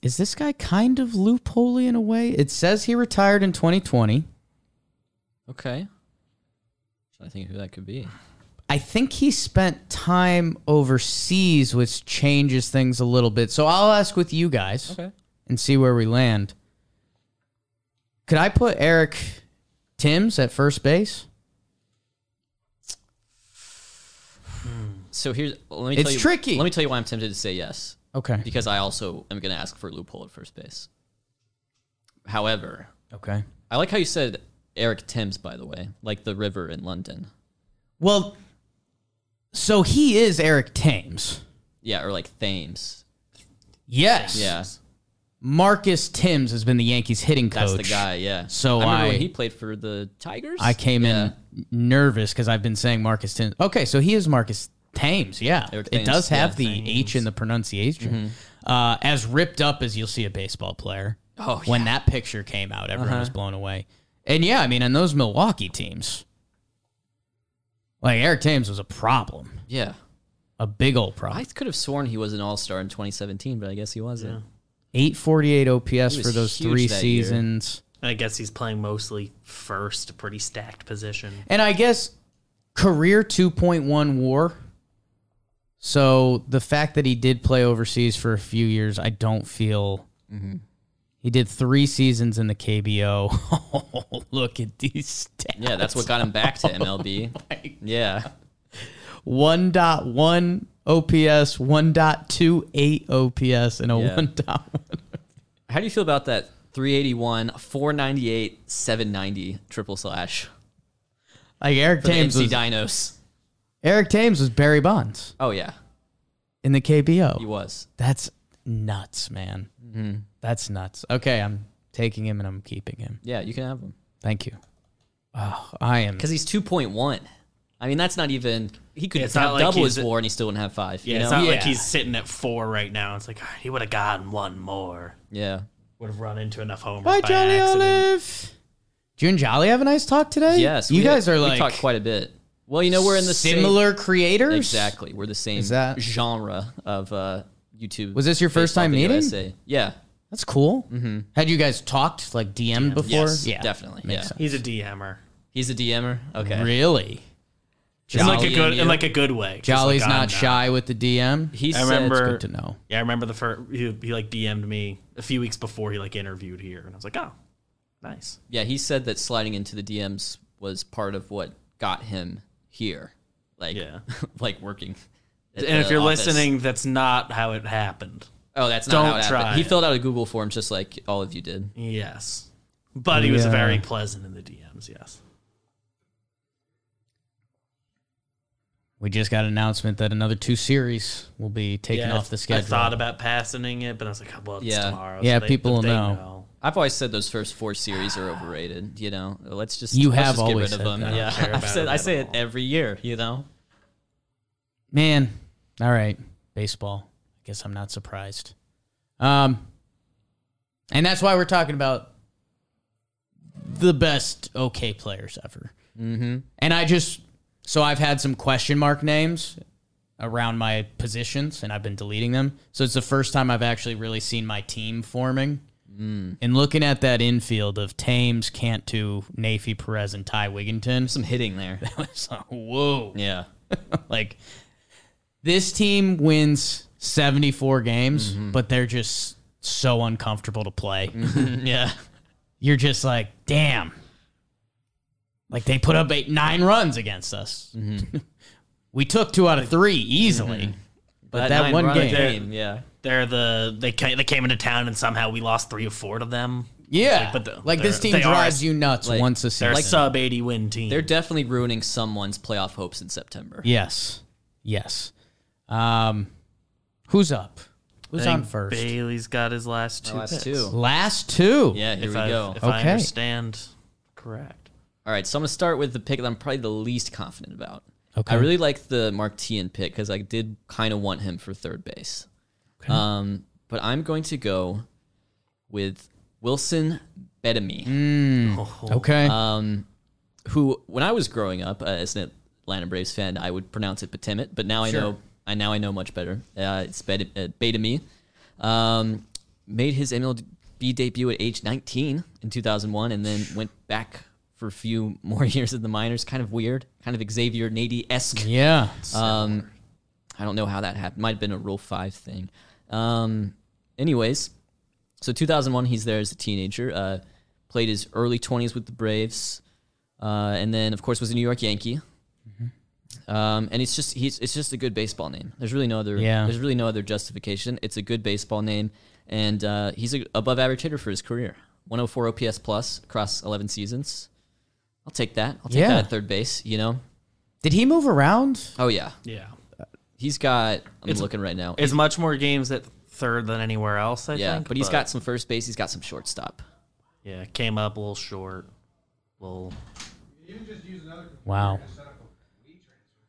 Speaker 2: Is this guy kind of loophole in a way? It says he retired in 2020.
Speaker 3: Okay. So I think who that could be.
Speaker 2: I think he spent time overseas, which changes things a little bit. So I'll ask with you guys
Speaker 3: Okay.
Speaker 2: and see where we land. Could I put Eric Timms at first base?
Speaker 3: So here's let me
Speaker 2: It's
Speaker 3: tell you,
Speaker 2: tricky.
Speaker 3: Let me tell you why I'm tempted to say yes
Speaker 2: Okay.
Speaker 3: because I also am going to ask for a loophole at first base. However,
Speaker 2: Okay.
Speaker 3: I like how you said Eric Thames, by the way, like the river in London.
Speaker 2: Well, so he is Eric Thames.
Speaker 3: Yeah, or like Thames.
Speaker 2: Yes.
Speaker 3: Yeah,
Speaker 2: Marcus Timms has been the Yankees hitting coach.
Speaker 3: that's the guy. Yeah.
Speaker 2: So
Speaker 3: I remember
Speaker 2: I-
Speaker 3: when he played for the Tigers.
Speaker 2: I came
Speaker 3: Yeah.
Speaker 2: in nervous because I've been saying Marcus Thames. Okay, so he is Marcus Thames. Yeah,
Speaker 3: Eric
Speaker 2: it
Speaker 3: Thames,
Speaker 2: does have
Speaker 3: yeah,
Speaker 2: the H in the pronunciation. Uh, as ripped up as you'll see a baseball player.
Speaker 3: Oh, Uh-huh.
Speaker 2: when that picture came out, everyone was blown away. And yeah, I mean, on those Milwaukee teams, like Eric Thames was a problem,
Speaker 3: Yeah,
Speaker 2: a big old
Speaker 3: I
Speaker 2: problem.
Speaker 3: could have sworn he was an All Star in 2017, but I guess he wasn't.
Speaker 2: Eight forty eight OPS
Speaker 3: He
Speaker 2: for
Speaker 3: was
Speaker 2: those
Speaker 3: huge
Speaker 2: three
Speaker 3: that year.
Speaker 2: seasons.
Speaker 4: I guess he's playing mostly first, a pretty stacked position.
Speaker 2: And I guess career 2.1 war. So the fact that he did play overseas for a few years, I don't feel.
Speaker 3: Mm-hmm.
Speaker 2: He did three seasons in the KBO. oh, look at these stats.
Speaker 3: Yeah, that's what got him back to MLB.
Speaker 2: Oh
Speaker 3: yeah.
Speaker 2: 1.1 OPS, 1.28 OPS, and a
Speaker 3: Yeah.
Speaker 2: 1.1.
Speaker 3: How do you feel about that 381, 498, 790 triple slash
Speaker 2: Like Eric
Speaker 3: for the
Speaker 2: Thames
Speaker 3: MC
Speaker 2: was,
Speaker 3: Dinos?
Speaker 2: Eric Thames was Barry Bonds
Speaker 3: Oh, yeah,
Speaker 2: in the KBO.
Speaker 3: he Mm-hmm. was.
Speaker 2: That's nuts, man. That's nuts. Okay, I'm taking him and I'm keeping him.
Speaker 3: Yeah, you can have him.
Speaker 2: Thank you. Oh, I am.
Speaker 3: Because he's 2.1. I mean, that's not even. He could
Speaker 4: it's
Speaker 3: have
Speaker 4: not like
Speaker 3: double
Speaker 4: he's-
Speaker 3: his war and he still wouldn't have five.
Speaker 4: Yeah,
Speaker 3: you
Speaker 4: it's
Speaker 3: know?
Speaker 4: not
Speaker 2: Yeah.
Speaker 4: like he's sitting at four right now. It's like "Ah, he would have gotten one more.
Speaker 3: yeah.
Speaker 4: Would have run into enough homers
Speaker 2: Bye,
Speaker 4: by
Speaker 2: Jolly
Speaker 4: accident.
Speaker 2: Olive. You and Jolly have a nice talk today.
Speaker 3: Yes.
Speaker 2: you
Speaker 3: we-
Speaker 2: guys are
Speaker 3: we
Speaker 2: like
Speaker 3: talked quite a bit. Well, you know, we're in the same-
Speaker 2: similar creators.
Speaker 3: Exactly. We're the same
Speaker 2: that-
Speaker 3: genre of uh, YouTube.
Speaker 2: Was this your first
Speaker 3: based off
Speaker 2: time
Speaker 3: the
Speaker 2: meeting?
Speaker 3: USA. Yeah.
Speaker 2: That's cool. Mm-hmm. Had you guys talked like DM before?
Speaker 3: Yes, definitely,
Speaker 2: Makes
Speaker 3: yeah.
Speaker 2: sense.
Speaker 4: He's a DMer.
Speaker 3: He's a DMer. Okay.
Speaker 2: Really?
Speaker 4: In like
Speaker 3: Jolly
Speaker 4: a good,
Speaker 3: and
Speaker 4: in
Speaker 3: you.
Speaker 4: like a good way. 'cause,
Speaker 2: Jolly's
Speaker 4: like, I'm
Speaker 2: not shy with the DM.
Speaker 3: He
Speaker 4: I
Speaker 3: said-
Speaker 4: remember-
Speaker 2: Good to know.
Speaker 4: Yeah, I remember the first. He, he like DM'd me a few weeks before he like interviewed here, and I was like, oh, nice.
Speaker 3: Yeah, he said that sliding into the DMs was part of what got him here. Like,
Speaker 4: Yeah.
Speaker 3: like working. at
Speaker 4: and if
Speaker 3: the
Speaker 4: you're
Speaker 3: office.
Speaker 4: listening, that's not how it happened.
Speaker 3: oh, that's not
Speaker 4: don't
Speaker 3: how it happened.
Speaker 4: try
Speaker 3: He
Speaker 4: it.
Speaker 3: filled out a Google form just like all of you did.
Speaker 4: Yes, but he was
Speaker 2: Yeah.
Speaker 4: very pleasant in the DMs. Yes.
Speaker 2: We just got an announcement that another two series will be taken
Speaker 4: Yeah,
Speaker 2: off
Speaker 4: I-
Speaker 2: the schedule.
Speaker 4: I thought about passing it, but I was like, oh, well, it's
Speaker 3: Yeah.
Speaker 4: tomorrow.
Speaker 2: Yeah,
Speaker 4: they-
Speaker 2: people will
Speaker 4: they
Speaker 2: know.
Speaker 3: I've always said those first four series are overrated. You know, let's just
Speaker 2: You
Speaker 3: let's
Speaker 2: have
Speaker 3: just
Speaker 2: always
Speaker 3: get
Speaker 2: said
Speaker 3: rid of them.
Speaker 2: that. I
Speaker 4: don't care
Speaker 3: Yeah, I've
Speaker 4: about
Speaker 3: said
Speaker 4: it
Speaker 3: I
Speaker 4: at
Speaker 3: say it
Speaker 4: all.
Speaker 3: every year. You know,
Speaker 2: Man, all right, baseball. I guess I'm not surprised. Um, and that's why we're talking about the best okay players ever. Mm-hmm. And I just so I've had some question mark names around my positions, and I've been deleting them. So it's the first time I've actually really seen my team forming. And looking at that infield of Thames, Cantu, Nafy Perez, and Ty Wigginton,
Speaker 3: some hitting there.
Speaker 2: it's like, whoa
Speaker 3: Yeah,
Speaker 2: like this team wins 74 games
Speaker 4: Mm-hmm.
Speaker 2: but they're just so uncomfortable to play
Speaker 4: Mm-hmm.
Speaker 3: yeah.
Speaker 2: you're just like damn like they put up eight, nine runs against us
Speaker 4: Mm-hmm.
Speaker 2: we took two out of three easily but that
Speaker 3: nine
Speaker 2: one
Speaker 3: run
Speaker 2: game
Speaker 3: yeah.
Speaker 4: They're the they came, they came into town and somehow we lost three or four to them.
Speaker 2: yeah
Speaker 4: Like,
Speaker 2: like,
Speaker 4: but the-
Speaker 2: this
Speaker 4: they're-
Speaker 2: team
Speaker 4: they are-
Speaker 2: drives you nuts
Speaker 3: like,
Speaker 2: once a
Speaker 4: They're
Speaker 2: season
Speaker 4: a sub eighty win team.
Speaker 3: They're definitely ruining someone's playoff hopes in September.
Speaker 2: yes yes um who's up who's
Speaker 4: I
Speaker 2: on
Speaker 4: think
Speaker 2: first
Speaker 4: Bailey's got his last two.
Speaker 3: Last
Speaker 4: picks,
Speaker 3: two.
Speaker 2: last two
Speaker 3: Yeah, here
Speaker 4: If,
Speaker 3: we
Speaker 4: I,
Speaker 3: go.
Speaker 4: if
Speaker 2: Okay.
Speaker 4: I understand correct.
Speaker 3: All right, so I'm gonna start with the pick that I'm probably the least confident about.
Speaker 2: Okay.
Speaker 3: I really like the Mark Tian pick because I did kind of want him for third base. Um, but I'm going to go with Wilson Bedamy,
Speaker 2: okay
Speaker 4: Um,
Speaker 3: who, when I was growing up uh, as an Atlanta Braves fan, I would pronounce it Betemit, but now I know I now I know much better. Uh, it's Bed- uh, Bedamy. Um, made his MLB debut at age 19 in 2001, and then went back for a few more years in the minors. Kind of weird, kind of Xavier Nady esque.
Speaker 2: yeah
Speaker 3: Um, I don't know how that happened. Might have been a Rule Five thing. Um, anyways, so 2001, he's there as a teenager. Uh, played his early 20s with the Braves, uh, and then of course was a New York Yankee.
Speaker 2: Mm-hmm.
Speaker 3: Um, and it's just he's it's just a good baseball name. There's really no other
Speaker 2: Yeah.
Speaker 3: there's really no other justification. It's a good baseball name, and uh, he's a above average hitter for his career. 104 OPS plus across 11 seasons. I'll take that. I'll take
Speaker 2: Yeah.
Speaker 3: that at third base. You know.
Speaker 2: did he move around
Speaker 3: Oh yeah.
Speaker 4: Yeah,
Speaker 3: He's got. I'm looking right now.
Speaker 4: it's much more games at third than anywhere else. I
Speaker 3: yeah,
Speaker 4: think.
Speaker 3: but he's got some first base. He's got some shortstop.
Speaker 4: yeah came up a little short. Little
Speaker 2: Wow.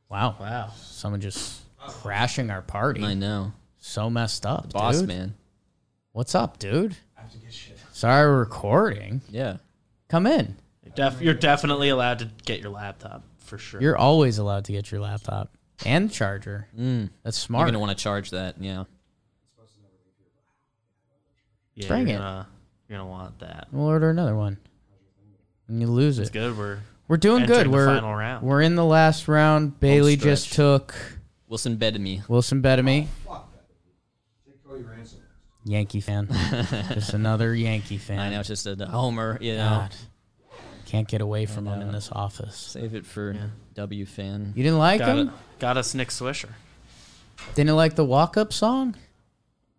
Speaker 2: Wow.
Speaker 4: wow.
Speaker 2: Someone just crashing our party.
Speaker 3: I know,
Speaker 2: So messed up.
Speaker 3: boss
Speaker 2: dude.
Speaker 3: man.
Speaker 2: What's up, dude? Sorry, we're recording.
Speaker 3: Yeah,
Speaker 2: Come in.
Speaker 4: Def- you're definitely allowed to get your laptop for sure.
Speaker 2: You're always allowed to get your laptop and charger. That's
Speaker 3: you're
Speaker 2: smart.
Speaker 3: gonna want to charge that. Yeah,
Speaker 4: yeah,
Speaker 2: bring
Speaker 4: you're
Speaker 2: it.
Speaker 4: Gonna, you're gonna want that.
Speaker 2: we'll order another one. And you lose
Speaker 4: It's
Speaker 2: it.
Speaker 4: good. We're
Speaker 2: We're doing
Speaker 4: entering
Speaker 2: good.
Speaker 4: the
Speaker 2: We're
Speaker 4: final round.
Speaker 2: we're in the last round. Bailey
Speaker 3: stretch.
Speaker 2: just took
Speaker 3: Wilson betted me.
Speaker 2: Wilson Bettamy,
Speaker 1: Take Cody Ransom.
Speaker 2: Yankee fan. just another Yankee fan.
Speaker 3: I know, it's just a homer, you know.
Speaker 2: God. Can't get away from him in this office.
Speaker 3: Save it for W fan.
Speaker 2: You didn't like
Speaker 4: Got,
Speaker 2: him?
Speaker 4: it- got us Nick Swisher.
Speaker 2: Didn't like the walk up song?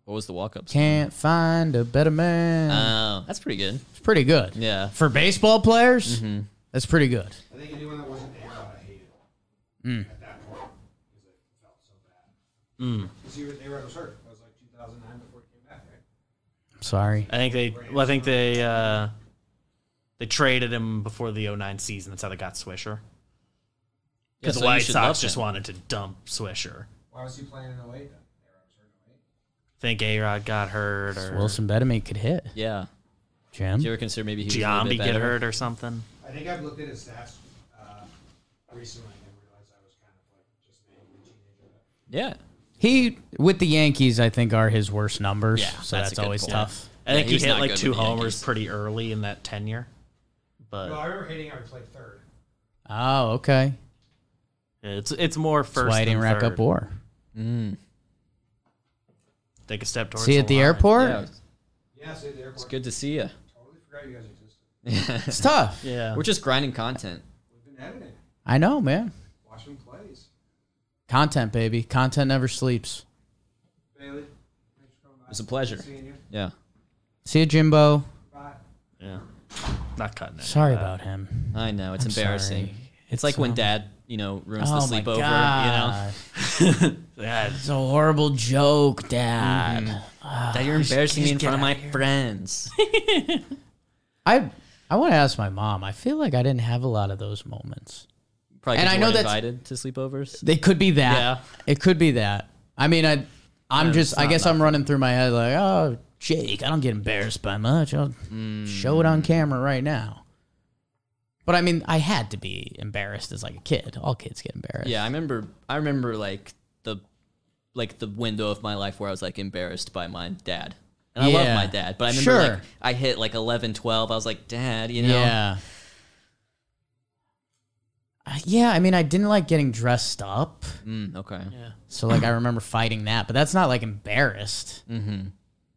Speaker 3: What was the walk up?
Speaker 2: Can't find a better man.
Speaker 3: Oh, that's pretty good.
Speaker 2: it's pretty good.
Speaker 3: Yeah. Mm-hmm.
Speaker 2: For baseball players, that's pretty good.
Speaker 1: I think anyone that wasn't A-Rod, I hated
Speaker 3: Hmm.
Speaker 1: at that point because I felt so bad.
Speaker 3: Hmm.
Speaker 1: Because he was A-Rod was hurt. That was like 2009 before he came back, right?
Speaker 2: I'm sorry.
Speaker 4: I think they. Well, I think they. Uh, they traded him before the 09 season. That's how they got Swisher.
Speaker 3: Yeah,
Speaker 4: Because
Speaker 3: so
Speaker 4: the
Speaker 3: you
Speaker 4: White
Speaker 3: should
Speaker 4: Sox
Speaker 3: love
Speaker 4: just
Speaker 3: him.
Speaker 4: wanted to dump Swisher.
Speaker 1: Why was he playing in 08 then? A-Rod was hurt in 08.
Speaker 4: Think A Rod got hurt or
Speaker 2: Wilson Bettamy could hit.
Speaker 3: Yeah. Do you
Speaker 2: Jim.
Speaker 3: ever consider maybe he was a little
Speaker 4: Giambi
Speaker 3: bit
Speaker 4: get
Speaker 3: better?
Speaker 4: hurt or something?
Speaker 1: I think I've looked at his stats uh, recently and realized I was kind of like just being a
Speaker 3: Yeah.
Speaker 1: teenager.
Speaker 2: He with the Yankees, I think, are his worst numbers.
Speaker 3: Yeah,
Speaker 2: so
Speaker 3: that's
Speaker 2: that's,
Speaker 3: a good
Speaker 2: always
Speaker 3: point.
Speaker 2: tough.
Speaker 4: I
Speaker 3: Yeah,
Speaker 4: think
Speaker 3: he
Speaker 4: he,
Speaker 3: was
Speaker 4: hit
Speaker 3: not
Speaker 4: like
Speaker 3: good
Speaker 4: two
Speaker 3: with the
Speaker 4: homers
Speaker 3: Yankees.
Speaker 4: pretty early in that tenure. But
Speaker 1: No, I remember hating how he played third.
Speaker 2: Oh, okay.
Speaker 4: it's it's more
Speaker 2: That's
Speaker 4: first.
Speaker 2: why I
Speaker 4: than
Speaker 2: didn't rack
Speaker 4: third.
Speaker 2: up war.
Speaker 4: Take a step towards.
Speaker 2: See you at the
Speaker 4: line.
Speaker 2: airport?
Speaker 3: Yeah, it's-
Speaker 1: Yeah, stayed at the airport.
Speaker 3: it's good to see you.
Speaker 1: Totally forgot you guys existed.
Speaker 2: It's tough.
Speaker 4: Yeah,
Speaker 3: We're just grinding content.
Speaker 1: We've been editing,
Speaker 2: I know, man.
Speaker 1: watching plays.
Speaker 2: Content, baby. Content never sleeps.
Speaker 1: Bailey, thanks for coming by. It
Speaker 3: was a pleasure.
Speaker 1: Seeing you.
Speaker 3: Yeah.
Speaker 2: See you, Jimbo.
Speaker 1: Bye.
Speaker 4: yeah. Not cutting it.
Speaker 3: Uh,
Speaker 4: Uh,
Speaker 2: Sorry about him.
Speaker 3: I know. It's
Speaker 2: I'm
Speaker 3: embarrassing.
Speaker 2: sorry.
Speaker 3: It's, like when
Speaker 2: um,
Speaker 3: dad, you know, ruins
Speaker 2: Oh
Speaker 3: the
Speaker 2: my
Speaker 3: sleepover, you know?
Speaker 2: God.
Speaker 4: Yeah,
Speaker 2: It's a horrible joke, Dad.
Speaker 3: Mm-hmm. Dad, you're embarrassing me in
Speaker 4: just
Speaker 3: front of
Speaker 4: get
Speaker 3: my
Speaker 4: outta
Speaker 3: friends.
Speaker 2: I I want to ask my mom. I feel like I didn't have a lot of those moments.
Speaker 3: Probably
Speaker 2: And
Speaker 3: 'cause
Speaker 2: I
Speaker 3: you
Speaker 2: know
Speaker 3: weren't
Speaker 2: that's-
Speaker 3: invited to sleepovers.
Speaker 2: It could be that.
Speaker 3: Yeah.
Speaker 2: It could be that. I mean, I I'm just I
Speaker 4: not
Speaker 2: guess I'm running through my head like, oh, Jake, I don't get embarrassed by much. I'll show it
Speaker 3: Mm.
Speaker 2: on camera right now. But I mean, I had to be embarrassed as like a kid. All kids get embarrassed.
Speaker 3: Yeah, I remember. I remember like the like the window of my life where I was like embarrassed by my dad. And I
Speaker 2: Yeah.
Speaker 3: love my dad, but I remember like
Speaker 2: Sure.
Speaker 3: I hit like 11, 12. I was like, Dad, you know,
Speaker 2: Yeah. Uh, Yeah, I mean, I didn't like getting dressed up.
Speaker 3: Mm, okay,
Speaker 2: So like I remember fighting that, but that's not like embarrassed. Mm-hmm.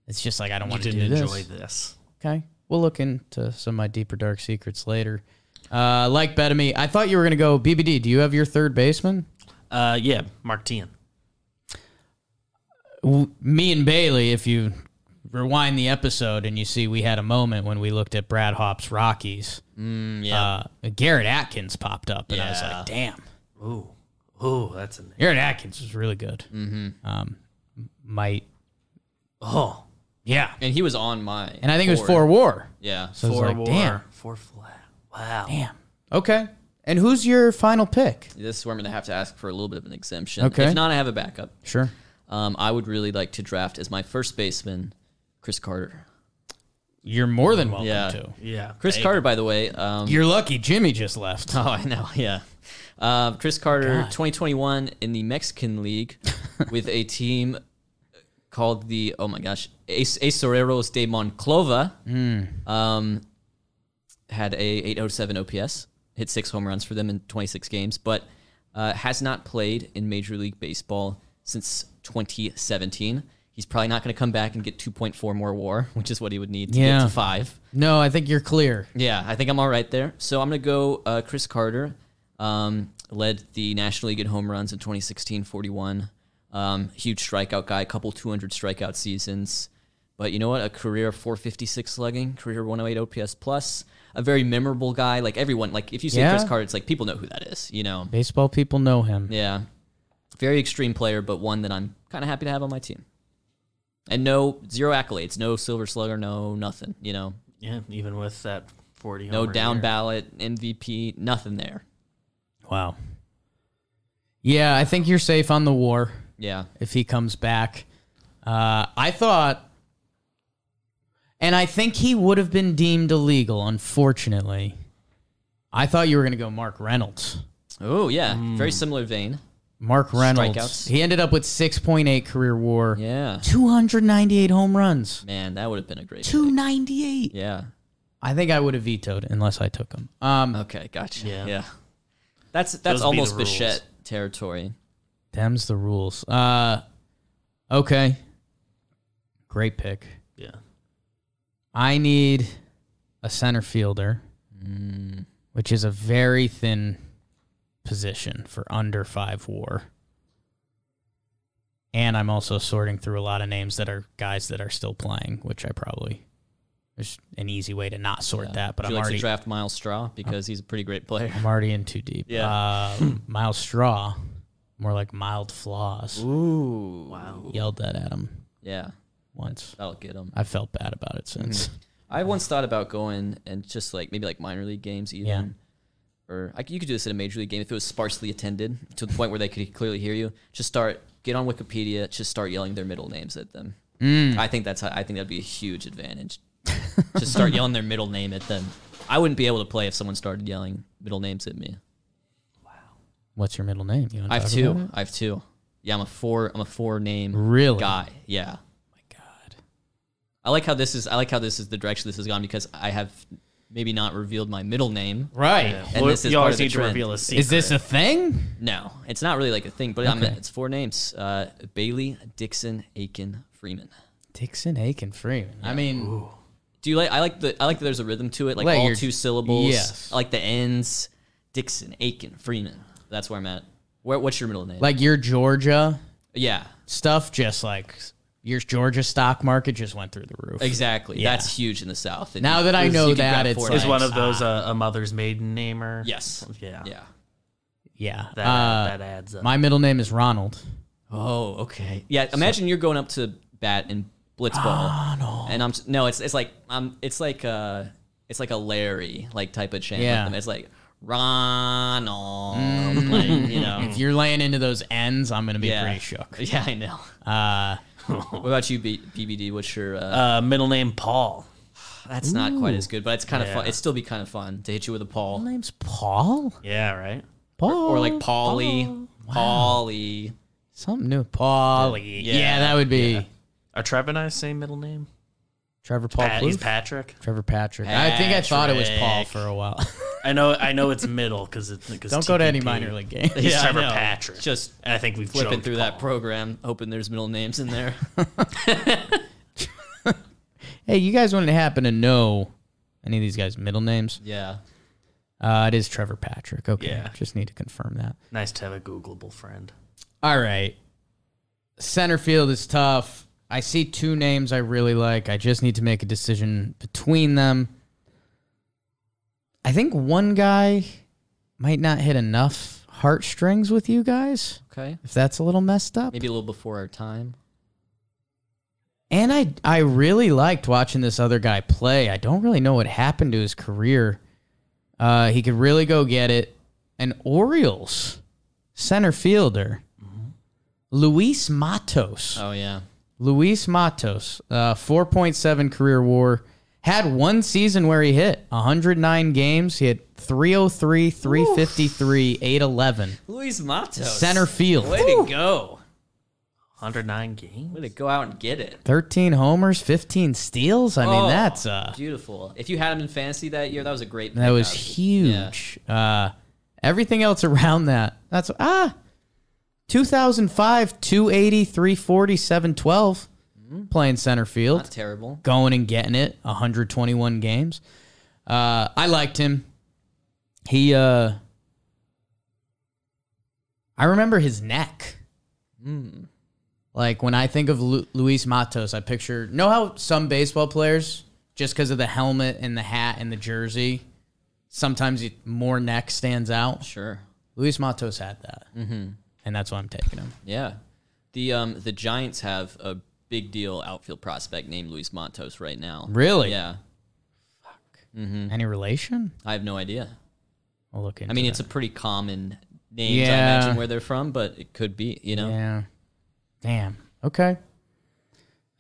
Speaker 2: It's just like I don't
Speaker 4: you
Speaker 2: want to do
Speaker 4: didn't
Speaker 2: this.
Speaker 4: enjoy this.
Speaker 2: Okay, we'll look into some of my deeper dark secrets later. Uh, like Bettamy, I thought you were gonna go BBD. Do you have your third baseman?
Speaker 4: Uh, yeah, Mark Tian.
Speaker 2: W- me and Bailey, if you rewind the episode and you see we had a moment when we looked at Brad Hop's Rockies.
Speaker 3: yeah.
Speaker 2: Uh, Garrett Atkins popped up, and I was
Speaker 3: Yeah.
Speaker 2: like, damn.
Speaker 4: Ooh, ooh, that's a name.
Speaker 2: Garrett Atkins was really good. Mm-hmm. Um, might,
Speaker 4: Oh,
Speaker 2: yeah.
Speaker 3: and he was on my
Speaker 2: And I think it was
Speaker 3: board.
Speaker 2: for war.
Speaker 3: Yeah,
Speaker 2: So it's
Speaker 4: four
Speaker 2: like,
Speaker 4: war,
Speaker 2: damn,
Speaker 4: four flat. Wow.
Speaker 2: damn. Okay. And who's your final pick?
Speaker 3: this is where I'm gonna have to ask for a little bit of an exemption.
Speaker 2: Okay.
Speaker 3: if not, I have a backup.
Speaker 2: Sure.
Speaker 3: Um, I would really like to draft as my first baseman, Chris Carter.
Speaker 2: You're more than welcome
Speaker 3: Yeah.
Speaker 2: to.
Speaker 4: Yeah,
Speaker 3: Chris
Speaker 4: Hey,
Speaker 3: Carter, by the way. Um,
Speaker 2: You're lucky Jimmy just left.
Speaker 3: Oh, I know. Yeah. Uh, Chris Carter,
Speaker 2: God.
Speaker 3: 2021 in the Mexican League with a team called the, oh my gosh, Ace Acereros de Monclova.
Speaker 2: Hmm.
Speaker 3: Um, had a 807 OPS, hit six home runs for them in 26 games, but uh, has not played in Major League Baseball since 2017. He's probably not going to come back and get 2.4 more war, which is what he would need to get
Speaker 2: Yeah.
Speaker 3: to five.
Speaker 2: No, I think you're clear.
Speaker 3: Yeah, I think I'm all right there. So I'm going to go uh, Chris Carter. Um, led the National League in home runs in 2016, 41. Um, huge strikeout guy, couple 200 strikeout seasons. But you know what? A career 456 slugging, career 108 OPS plus. A very memorable guy. Like everyone, like if you say
Speaker 2: Yeah.
Speaker 3: Chris Carter, it's like people know who that is, you know?
Speaker 2: Baseball people know him.
Speaker 3: Yeah. Very extreme player, but one that I'm kind of happy to have on my team. And no, zero accolades, no silver slugger, no nothing, you know?
Speaker 4: Yeah, even with that forty.
Speaker 3: No
Speaker 4: homer
Speaker 3: down
Speaker 4: year.
Speaker 3: ballot, MVP, nothing there.
Speaker 2: Wow. Yeah, I think you're safe on the war
Speaker 3: Yeah.
Speaker 2: if he comes back. Uh, I thought, and I think he would have been deemed illegal, unfortunately. I thought you were going to go Mark Reynolds.
Speaker 3: Oh, yeah. Very similar vein.
Speaker 2: Mark Reynolds.
Speaker 3: Strikeouts.
Speaker 2: He ended up with 6.8 career war,
Speaker 3: Yeah.
Speaker 2: 298 home runs.
Speaker 3: Man, that would have been a great. pick.
Speaker 2: 298.
Speaker 3: Yeah.
Speaker 2: I think I would have vetoed unless I took him. Um,
Speaker 3: Okay, gotcha.
Speaker 4: Yeah.
Speaker 3: Yeah. That's that's
Speaker 4: Those be the
Speaker 3: almost
Speaker 4: rules.
Speaker 3: Bichette territory.
Speaker 2: Them's the rules. Uh, okay. Great pick.
Speaker 4: Yeah.
Speaker 2: I need a center fielder, mm, which is a very thin position for under five war. And I'm also sorting through a lot of names that are guys that are still playing, which I probably there's an easy way to not sort that, but
Speaker 3: Would
Speaker 2: I'm
Speaker 3: you like
Speaker 2: already
Speaker 3: to draft Miles Straw because he's a pretty great player?
Speaker 2: I'm already in too deep.
Speaker 3: Yeah.
Speaker 2: Uh, mild straw, more like mild flaws.
Speaker 3: Ooh. Wow.
Speaker 2: Yelled that at him
Speaker 3: Yeah,
Speaker 2: once.
Speaker 3: that'll get him.
Speaker 2: I felt bad about it since.
Speaker 3: I once thought about going and just like maybe like minor league games even.
Speaker 2: Yeah.
Speaker 3: Or I, c- you could do this at a major league game if it was sparsely attended to the point where they could clearly hear you. Just start get on Wikipedia. Just start yelling their middle names at them.
Speaker 2: Mm.
Speaker 3: I think that's how, I think that'd be a huge advantage. just start yelling their middle name at them. I wouldn't be able to play if someone started yelling middle names at me.
Speaker 2: What's your middle name? You wanna
Speaker 3: I have
Speaker 2: talk about
Speaker 3: two.
Speaker 2: it?
Speaker 3: I have two. Yeah, I'm a four. I'm a four name
Speaker 2: Really?
Speaker 3: guy. Yeah.
Speaker 2: God.
Speaker 3: I like how this is. I like how this is the direction this has gone because I have maybe not revealed my middle name.
Speaker 2: Right.
Speaker 3: And
Speaker 4: Well,
Speaker 3: this is
Speaker 4: you
Speaker 3: part
Speaker 4: always
Speaker 3: of the
Speaker 4: need to
Speaker 3: trend.
Speaker 4: reveal a secret.
Speaker 2: Is this a thing?
Speaker 3: No, it's not really like a thing, but I'm,
Speaker 2: Okay.
Speaker 3: it's four names: uh, Bailey, Dixon, Aiken, Freeman.
Speaker 2: Dixon, Aiken, Freeman. I mean,
Speaker 3: Do you like? I like the. I like that there's a rhythm to it, like
Speaker 2: Like
Speaker 3: all
Speaker 2: your-
Speaker 3: two syllables.
Speaker 2: yes.
Speaker 3: I like the ends. Dixon, Aiken, Freeman. That's where I'm at. Where, what's your middle name?
Speaker 2: like your Georgia
Speaker 3: yeah,
Speaker 2: stuff, just like your Georgia stock market just went through the roof.
Speaker 3: exactly.
Speaker 2: Yeah.
Speaker 3: That's huge in the South. And
Speaker 2: Now that I
Speaker 3: you
Speaker 2: know
Speaker 3: can
Speaker 2: that,
Speaker 3: grab
Speaker 2: it's
Speaker 3: four
Speaker 2: like-
Speaker 4: is one of those uh, a mother's maiden name or
Speaker 3: yes.
Speaker 4: Yeah.
Speaker 3: Yeah.
Speaker 2: Yeah.
Speaker 4: That,
Speaker 2: Uh,
Speaker 4: that adds up.
Speaker 2: my middle name is Ronald.
Speaker 3: Oh, okay. Yeah, imagine you're going up to bat in blitzball, and I'm s- no, it's it's like um, it's like uh, it's like a Larry like type of chant. like
Speaker 2: Yeah. Mm.
Speaker 3: them. it's like Ronald, like, you know.
Speaker 2: If you're laying into those ends, I'm going to be
Speaker 3: Yeah.
Speaker 2: pretty shook.
Speaker 3: Yeah, I know.
Speaker 2: Uh,
Speaker 3: What about you, B- BBD? What's your? Uh,
Speaker 4: uh, middle name Paul.
Speaker 3: that's not quite as good, but it's kind of fun.
Speaker 4: Yeah.
Speaker 3: It'd still be kind of fun to hit you with a Paul
Speaker 2: middle name's Paul?
Speaker 4: Yeah, right.
Speaker 2: Paul.
Speaker 3: or like Paulie, Paulie.
Speaker 2: Something new. Paulie. Yeah,
Speaker 3: Yeah.
Speaker 2: that would be
Speaker 4: Are Trev and I same middle name?
Speaker 2: Trevor Paul
Speaker 4: Pat, he's
Speaker 2: Plouffe?
Speaker 4: Patrick.
Speaker 2: Trevor Patrick. I think I thought it was Paul
Speaker 4: Patrick.
Speaker 2: for a while.
Speaker 4: I know. I know it's middle because it's because
Speaker 2: Don't go to any minor league game.
Speaker 4: He's
Speaker 3: Yeah, I
Speaker 4: Trevor
Speaker 3: know.
Speaker 4: Patrick.
Speaker 3: Just
Speaker 4: and I think we've
Speaker 3: flipping
Speaker 4: joked
Speaker 3: through that
Speaker 4: Paul.
Speaker 3: program, hoping there's middle names in there.
Speaker 2: hey, you guys wouldn't happen to know any of these guys' middle names?
Speaker 3: yeah.
Speaker 2: Uh, it is Trevor Patrick. Okay.
Speaker 4: Yeah.
Speaker 2: Just need to confirm that.
Speaker 4: Nice to have a Googleable friend.
Speaker 2: All right. Center field is tough. I see two names I really like. I just need to make a decision between them. I think one guy might not hit enough heartstrings with you guys,
Speaker 3: Okay.
Speaker 2: if that's a little messed up.
Speaker 3: Maybe a little before our time.
Speaker 2: And I I really liked watching this other guy play. I don't really know what happened to his career. Uh, he could really go get it. An Orioles center fielder, Luis Matos.
Speaker 3: Oh yeah.
Speaker 2: Luis Matos, uh, 4.7 career war. Had one season where he hit 109 games. He oh had 303, 353, 811.
Speaker 3: Luis Matos.
Speaker 2: Center field.
Speaker 3: Way to go.
Speaker 4: 109 games.
Speaker 3: Way to go out and get it.
Speaker 2: 13 homers, 15 steals. I mean,
Speaker 3: Oh,
Speaker 2: that's uh,
Speaker 3: beautiful. If you had him in fantasy that year, that was a great.
Speaker 2: That was
Speaker 3: pickup.
Speaker 2: huge. Uh, everything else around that. That's ah, 2005, 280, 340, 712, playing center
Speaker 3: Not
Speaker 2: field,
Speaker 3: terrible.
Speaker 2: going and getting it. 121 games. Uh, I liked him. He. Uh, I remember his neck. Like when I think of Lu- Luis Matos, I picture know how some baseball players just because of the helmet and the hat and the jersey, sometimes you, more neck stands out.
Speaker 3: Sure.
Speaker 2: Luis Matos had that, mm-hmm. and that's why I'm taking him.
Speaker 3: Yeah. The um the Giants have a big deal outfield prospect named Luis Matos right now.
Speaker 2: Really?
Speaker 3: Yeah.
Speaker 2: Any relation?
Speaker 3: I have no idea.
Speaker 2: I'll look into.
Speaker 3: I mean,
Speaker 2: that.
Speaker 3: it's a pretty common name. I
Speaker 2: Yeah.
Speaker 3: imagine where they're from, but it could be. You know.
Speaker 2: yeah. Damn. Okay.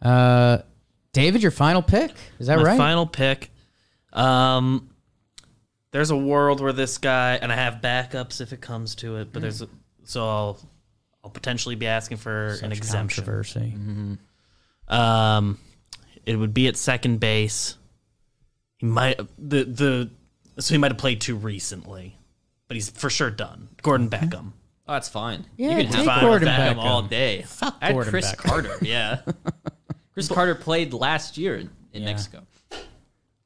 Speaker 2: Uh, David, your final pick is that
Speaker 4: My
Speaker 2: right?
Speaker 4: final pick. Um, there's a world where this guy and I have backups if it comes to
Speaker 2: Mm.
Speaker 4: it, but there's a, so I'll I'll potentially be asking for an exemption.
Speaker 3: Mm-hmm.
Speaker 2: Controversy.
Speaker 4: Um, it would be at second base. He might the the so he might have played too recently, but he's for sure done. Gordon Beckham.
Speaker 3: Oh, that's fine.
Speaker 2: Yeah,
Speaker 3: you can
Speaker 2: take
Speaker 3: have fun
Speaker 2: Gordon
Speaker 3: with Beckham
Speaker 2: Beckham.
Speaker 3: all day.
Speaker 2: Fuck
Speaker 3: I had
Speaker 2: Gordon
Speaker 3: Chris
Speaker 2: Beckham.
Speaker 3: Carter. Yeah, Chris Carter played last year in, in Mexico.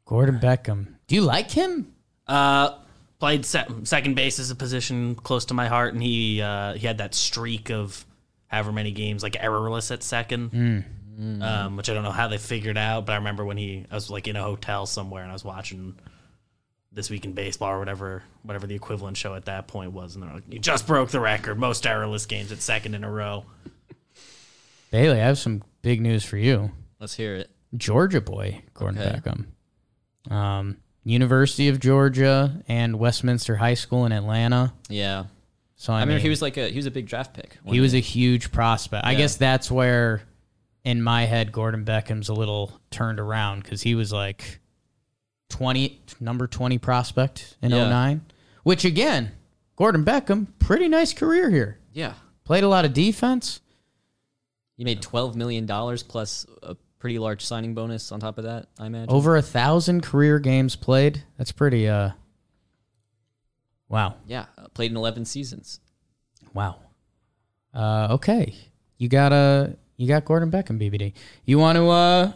Speaker 2: Gordon Beckham. Do you like him?
Speaker 4: Uh, played se- second base as a position close to my heart, and he uh, he had that streak of however many games like errorless at second, Um, which I don't know how they figured out. But I remember when he I was like in a hotel somewhere, and I was watching this week in baseball or whatever whatever the equivalent show at that point was, and they're like, "You just broke the record, most errorless games at second in a row."
Speaker 2: Bailey, I have some big news for you.
Speaker 3: Let's hear it.
Speaker 2: Georgia boy, Gordon
Speaker 3: Okay.
Speaker 2: Beckham. Um, University of Georgia and Westminster High School in Atlanta.
Speaker 3: Yeah,
Speaker 2: So I,
Speaker 3: I remember
Speaker 2: mean,
Speaker 3: he was like a he was a big draft pick.
Speaker 2: he was a huge prospect. I guess that's where, in my head, Gordon Beckham's a little turned around because he was like twenty number twenty prospect in
Speaker 3: Yeah.
Speaker 2: '09. 09, which again, Gordon Beckham, pretty nice career here.
Speaker 3: yeah.
Speaker 2: Played a lot of defense.
Speaker 3: He made twelve million dollars plus a pretty large signing bonus on top of that. I imagine.
Speaker 2: Over a thousand career games played. That's pretty. Uh, wow,
Speaker 3: Yeah, uh, played in eleven seasons.
Speaker 2: wow. Uh, okay, you got uh, you got Gordon Beckham, BBD. You want to uh,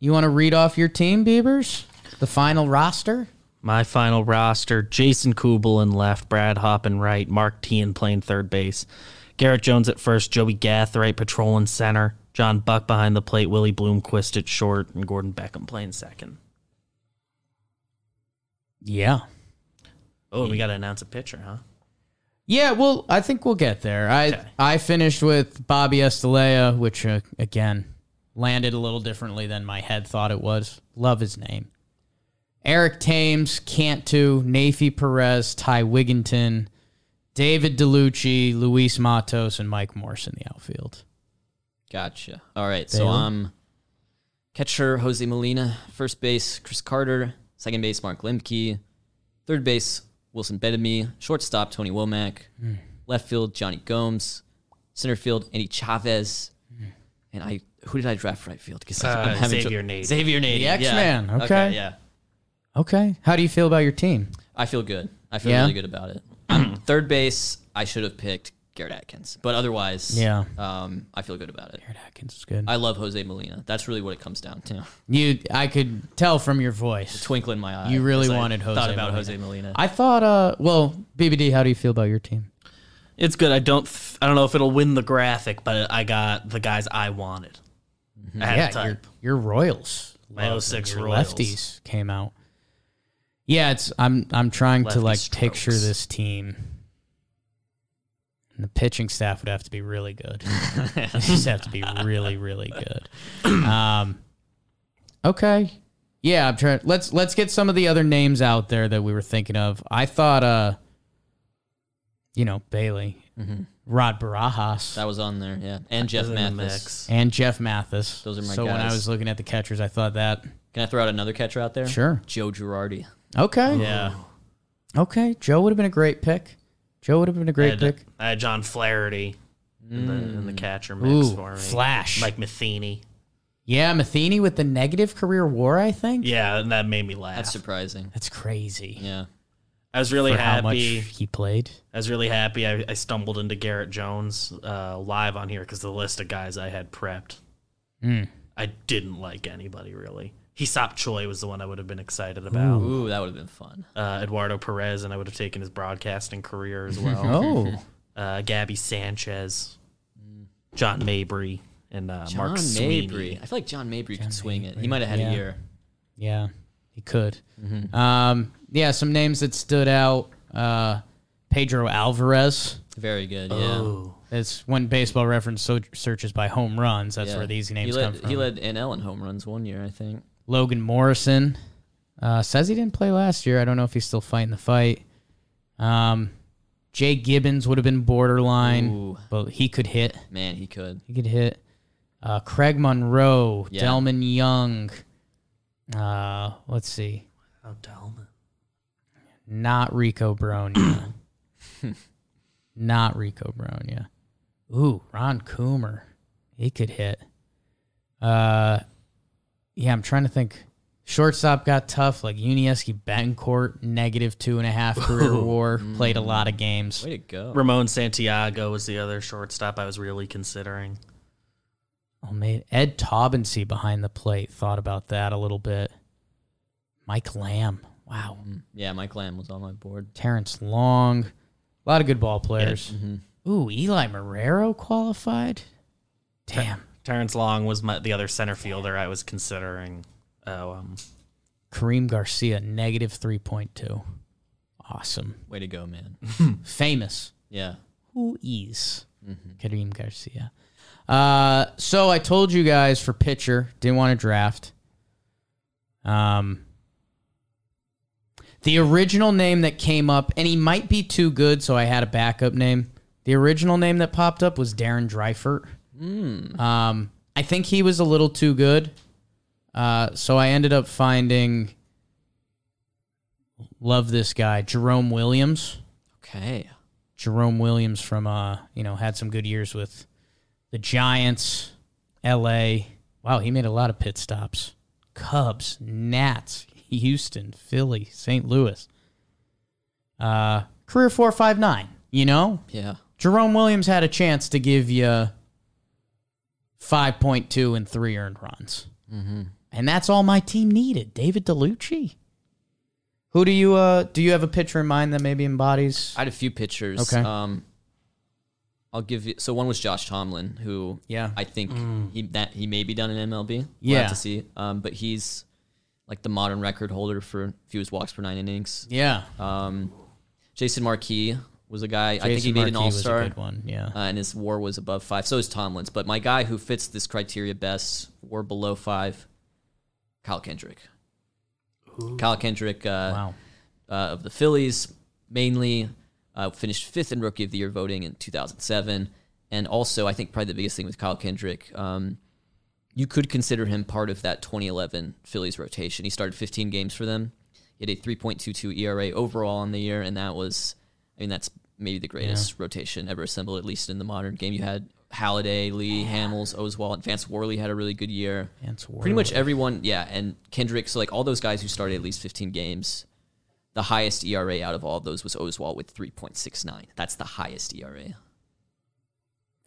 Speaker 2: you want to read off your team, Beavers? The final roster.
Speaker 4: My final roster Jason Kubelin left, Brad Hoppin right, Mark Tian playing third base, Garrett Jones at first, Joey Gath right, patrolling center, John Buck behind the plate, Willie Bloomquist at short, and Gordon Beckham playing second.
Speaker 2: Yeah.
Speaker 4: Oh, and we got to announce a pitcher, huh?
Speaker 2: Yeah, well, I think we'll get there. I
Speaker 4: Okay.
Speaker 2: I finished with Bobby Estalea, which uh, again landed a little differently than my head thought it was. Love his name. Eric Thames, Cantu, Nafi Perez, Ty Wigginton, David DeLucci, Luis Matos, and Mike Morse in the outfield.
Speaker 3: Gotcha. All right. So
Speaker 2: Bailey?
Speaker 3: um, catcher Jose Molina, first base Chris Carter, second base Mark Lemke, third base Wilson Bedamy, shortstop Tony Womack,
Speaker 2: Hmm.
Speaker 3: left field Johnny Gomes, center field Andy Chavez,
Speaker 2: Hmm.
Speaker 3: and I who did I draft right field? Because
Speaker 4: Uh, Xavier Nady.
Speaker 3: Xavier Nady.
Speaker 2: The
Speaker 3: yeah.
Speaker 2: X-Man, okay.
Speaker 3: Yeah.
Speaker 2: Okay, how do you feel about your team?
Speaker 3: I feel good. I feel
Speaker 2: Yeah?
Speaker 3: really good about it. Um, third base, I should have picked Garrett Atkins, but otherwise,
Speaker 2: Yeah.
Speaker 3: um, I feel good about it.
Speaker 2: Eric Atkins is good.
Speaker 3: I love Jose Molina. That's really what it comes down to.
Speaker 2: you, I could tell from your voice.
Speaker 3: Twinkle in my eye.
Speaker 2: You really
Speaker 3: as I
Speaker 2: wanted Jose
Speaker 3: Thought about
Speaker 2: Molina.
Speaker 3: Jose Molina.
Speaker 2: I thought, uh, well, BBD, how do you feel about your team?
Speaker 4: It's good. I don't th- I don't know if it'll win the graphic, but I got the guys I wanted. I had a
Speaker 2: yeah, your,
Speaker 4: type.
Speaker 2: your Royals,
Speaker 4: My
Speaker 2: love
Speaker 4: 06
Speaker 2: them. Your
Speaker 4: Royals.
Speaker 2: lefties came out. Yeah, it's I'm I'm trying to
Speaker 4: Lefty
Speaker 2: like
Speaker 4: strokes.
Speaker 2: picture this team, and the pitching staff would have to be really good. They just have to be really really good. Um, okay, yeah, I'm trying. Let's let's get some of the other names out there that we were thinking of. I thought, uh, you know, Bailey,
Speaker 4: Mm-hmm.
Speaker 2: Rod Barajas.
Speaker 3: that was on there, yeah. And Jeff
Speaker 4: Those are in the
Speaker 3: Mathis.
Speaker 4: mix.
Speaker 2: and Jeff Mathis.
Speaker 3: Those are my
Speaker 2: so when I
Speaker 3: guys.
Speaker 2: was looking at the catchers, I thought that
Speaker 3: Can I throw out another catcher out there?
Speaker 2: Sure.
Speaker 3: Joe Girardi.
Speaker 2: Okay.
Speaker 4: Yeah.
Speaker 2: Okay. Joe would have been a great pick. Joe would have been a great
Speaker 4: I had,
Speaker 2: pick.
Speaker 4: I had John Flaherty in, the, in the catcher mix
Speaker 2: Mm. Ooh,
Speaker 4: for me.
Speaker 2: Flash.
Speaker 4: Mike Matheny.
Speaker 2: yeah, Matheny with the negative career war, I think.
Speaker 4: Yeah, and that made me laugh.
Speaker 3: That's surprising.
Speaker 2: That's crazy.
Speaker 3: Yeah.
Speaker 4: I was really
Speaker 2: For how much
Speaker 4: happy.
Speaker 2: he played.
Speaker 4: I was really happy. I, I stumbled into Garrett Jones uh, live on here because the list of guys I had prepped, I didn't like anybody really. Hisap Choi was the one I would have been excited about.
Speaker 3: Ooh, that would have been fun.
Speaker 4: Uh, Eduardo Perez, and I would have taken his broadcasting career as well.
Speaker 2: Oh.
Speaker 4: uh, Gabby Sanchez, John Mabry, and uh,
Speaker 3: John
Speaker 4: Mark Sweeney.
Speaker 3: Mabry. I feel like John Mabry could swing it. He might have had
Speaker 2: yeah.
Speaker 3: a year.
Speaker 2: yeah. He could.
Speaker 3: Mm-hmm.
Speaker 2: Um, yeah, some names that stood out. Uh, Pedro Alvarez.
Speaker 3: Very good. Yeah.
Speaker 4: Ooh.
Speaker 2: It's when baseball reference so- searches by home runs. That's
Speaker 3: Yeah.
Speaker 2: where these
Speaker 3: he
Speaker 2: names
Speaker 3: led,
Speaker 2: come from.
Speaker 3: He led NL in home runs one year, I think.
Speaker 2: Logan Morrison uh, says he didn't play last year. I don't know if he's still fighting the fight. Um, Jay Gibbons would have been borderline,
Speaker 3: Ooh.
Speaker 2: but he could hit.
Speaker 3: Man, he could.
Speaker 2: He could hit. Uh, Craig Monroe,
Speaker 3: Yeah.
Speaker 2: Delman Young. Uh, let's see.
Speaker 4: Oh, Delman.
Speaker 2: Not Rico Bronya. Not Rico Bronya. Ooh, Ron Coomer. He could hit. Uh, yeah, I'm trying to think. Shortstop got tough, like Unieski Bancourt, negative two and a half career war, played a lot of games.
Speaker 3: Way to go.
Speaker 4: Ramon Santiago was the other shortstop I was really considering.
Speaker 2: Oh, man. Ed Taubensee behind the plate thought about that a little bit. Mike Lamb. Wow.
Speaker 3: Yeah, Mike Lamb was on my board.
Speaker 2: Terrence Long. A lot of good ball players. Ooh, Eli Marrero qualified. Damn.
Speaker 4: Terrence Long was my, the other center fielder I was considering. Oh, um,
Speaker 2: Kareem Garcia, negative 3.2. Awesome.
Speaker 3: Way to go, man.
Speaker 2: Famous.
Speaker 3: Yeah.
Speaker 2: Who is Kareem Garcia? Uh, so I told you guys for pitcher, didn't want to draft. Um, the original name that came up, and he might be too good, so I had a backup name. The original name that popped up was Darren Dreifert. Um, I think he was a little too good, uh, so I ended up finding. Love this guy, Jerome Williams.
Speaker 3: Okay.
Speaker 2: Jerome Williams from uh, you know, had some good years with the Giants, LA. Wow, he made a lot of pit stops. Cubs, Nats, Houston, Philly, St. Louis. Uh career 459, you know?
Speaker 3: Yeah.
Speaker 2: Jerome Williams had a chance to give you 5.2 and 3 earned runs. And that's all my team needed. David DeLucci. Who do you uh do you have a pitcher in mind that maybe embodies
Speaker 3: I had a few pitchers.
Speaker 2: Okay.
Speaker 3: Um, I'll give you. So one was Josh Tomlin, who
Speaker 2: Yeah.
Speaker 3: I think he that he may be done in MLB. We'll have
Speaker 2: Yeah.
Speaker 3: to see. Um, but he's like the modern record holder for fewest walks per nine innings.
Speaker 2: Yeah.
Speaker 3: Um, Jason Marquis was a guy. I think he
Speaker 2: Jason
Speaker 3: made an
Speaker 2: Markey
Speaker 3: All
Speaker 2: was a
Speaker 3: Star.
Speaker 2: good one. Yeah.
Speaker 3: uh, and his WAR was above five. So is Tomlin's, but my guy who fits this criteria best, WAR below five, Kyle Kendrick. Kyle Kendrick uh,
Speaker 2: wow.
Speaker 3: uh, of the Phillies, mainly uh, finished fifth in Rookie of the Year voting in 2007, and also I think probably the biggest thing with Kyle Kendrick, um, you could consider him part of that 2011 Phillies rotation. He started 15 games for them. He had E a 3.22 ERA overall on the year, and that was, I mean, that's maybe the greatest rotation ever assembled, at least in the modern game. You had Halliday, Lee, Hamels, Oswald, and Vance Worley had a really good year
Speaker 2: Vance
Speaker 3: pretty much
Speaker 2: Worley.
Speaker 3: everyone yeah and kendrick so like all those guys who started at least 15 games the highest era out of all those was oswald with 3.69 that's the highest E era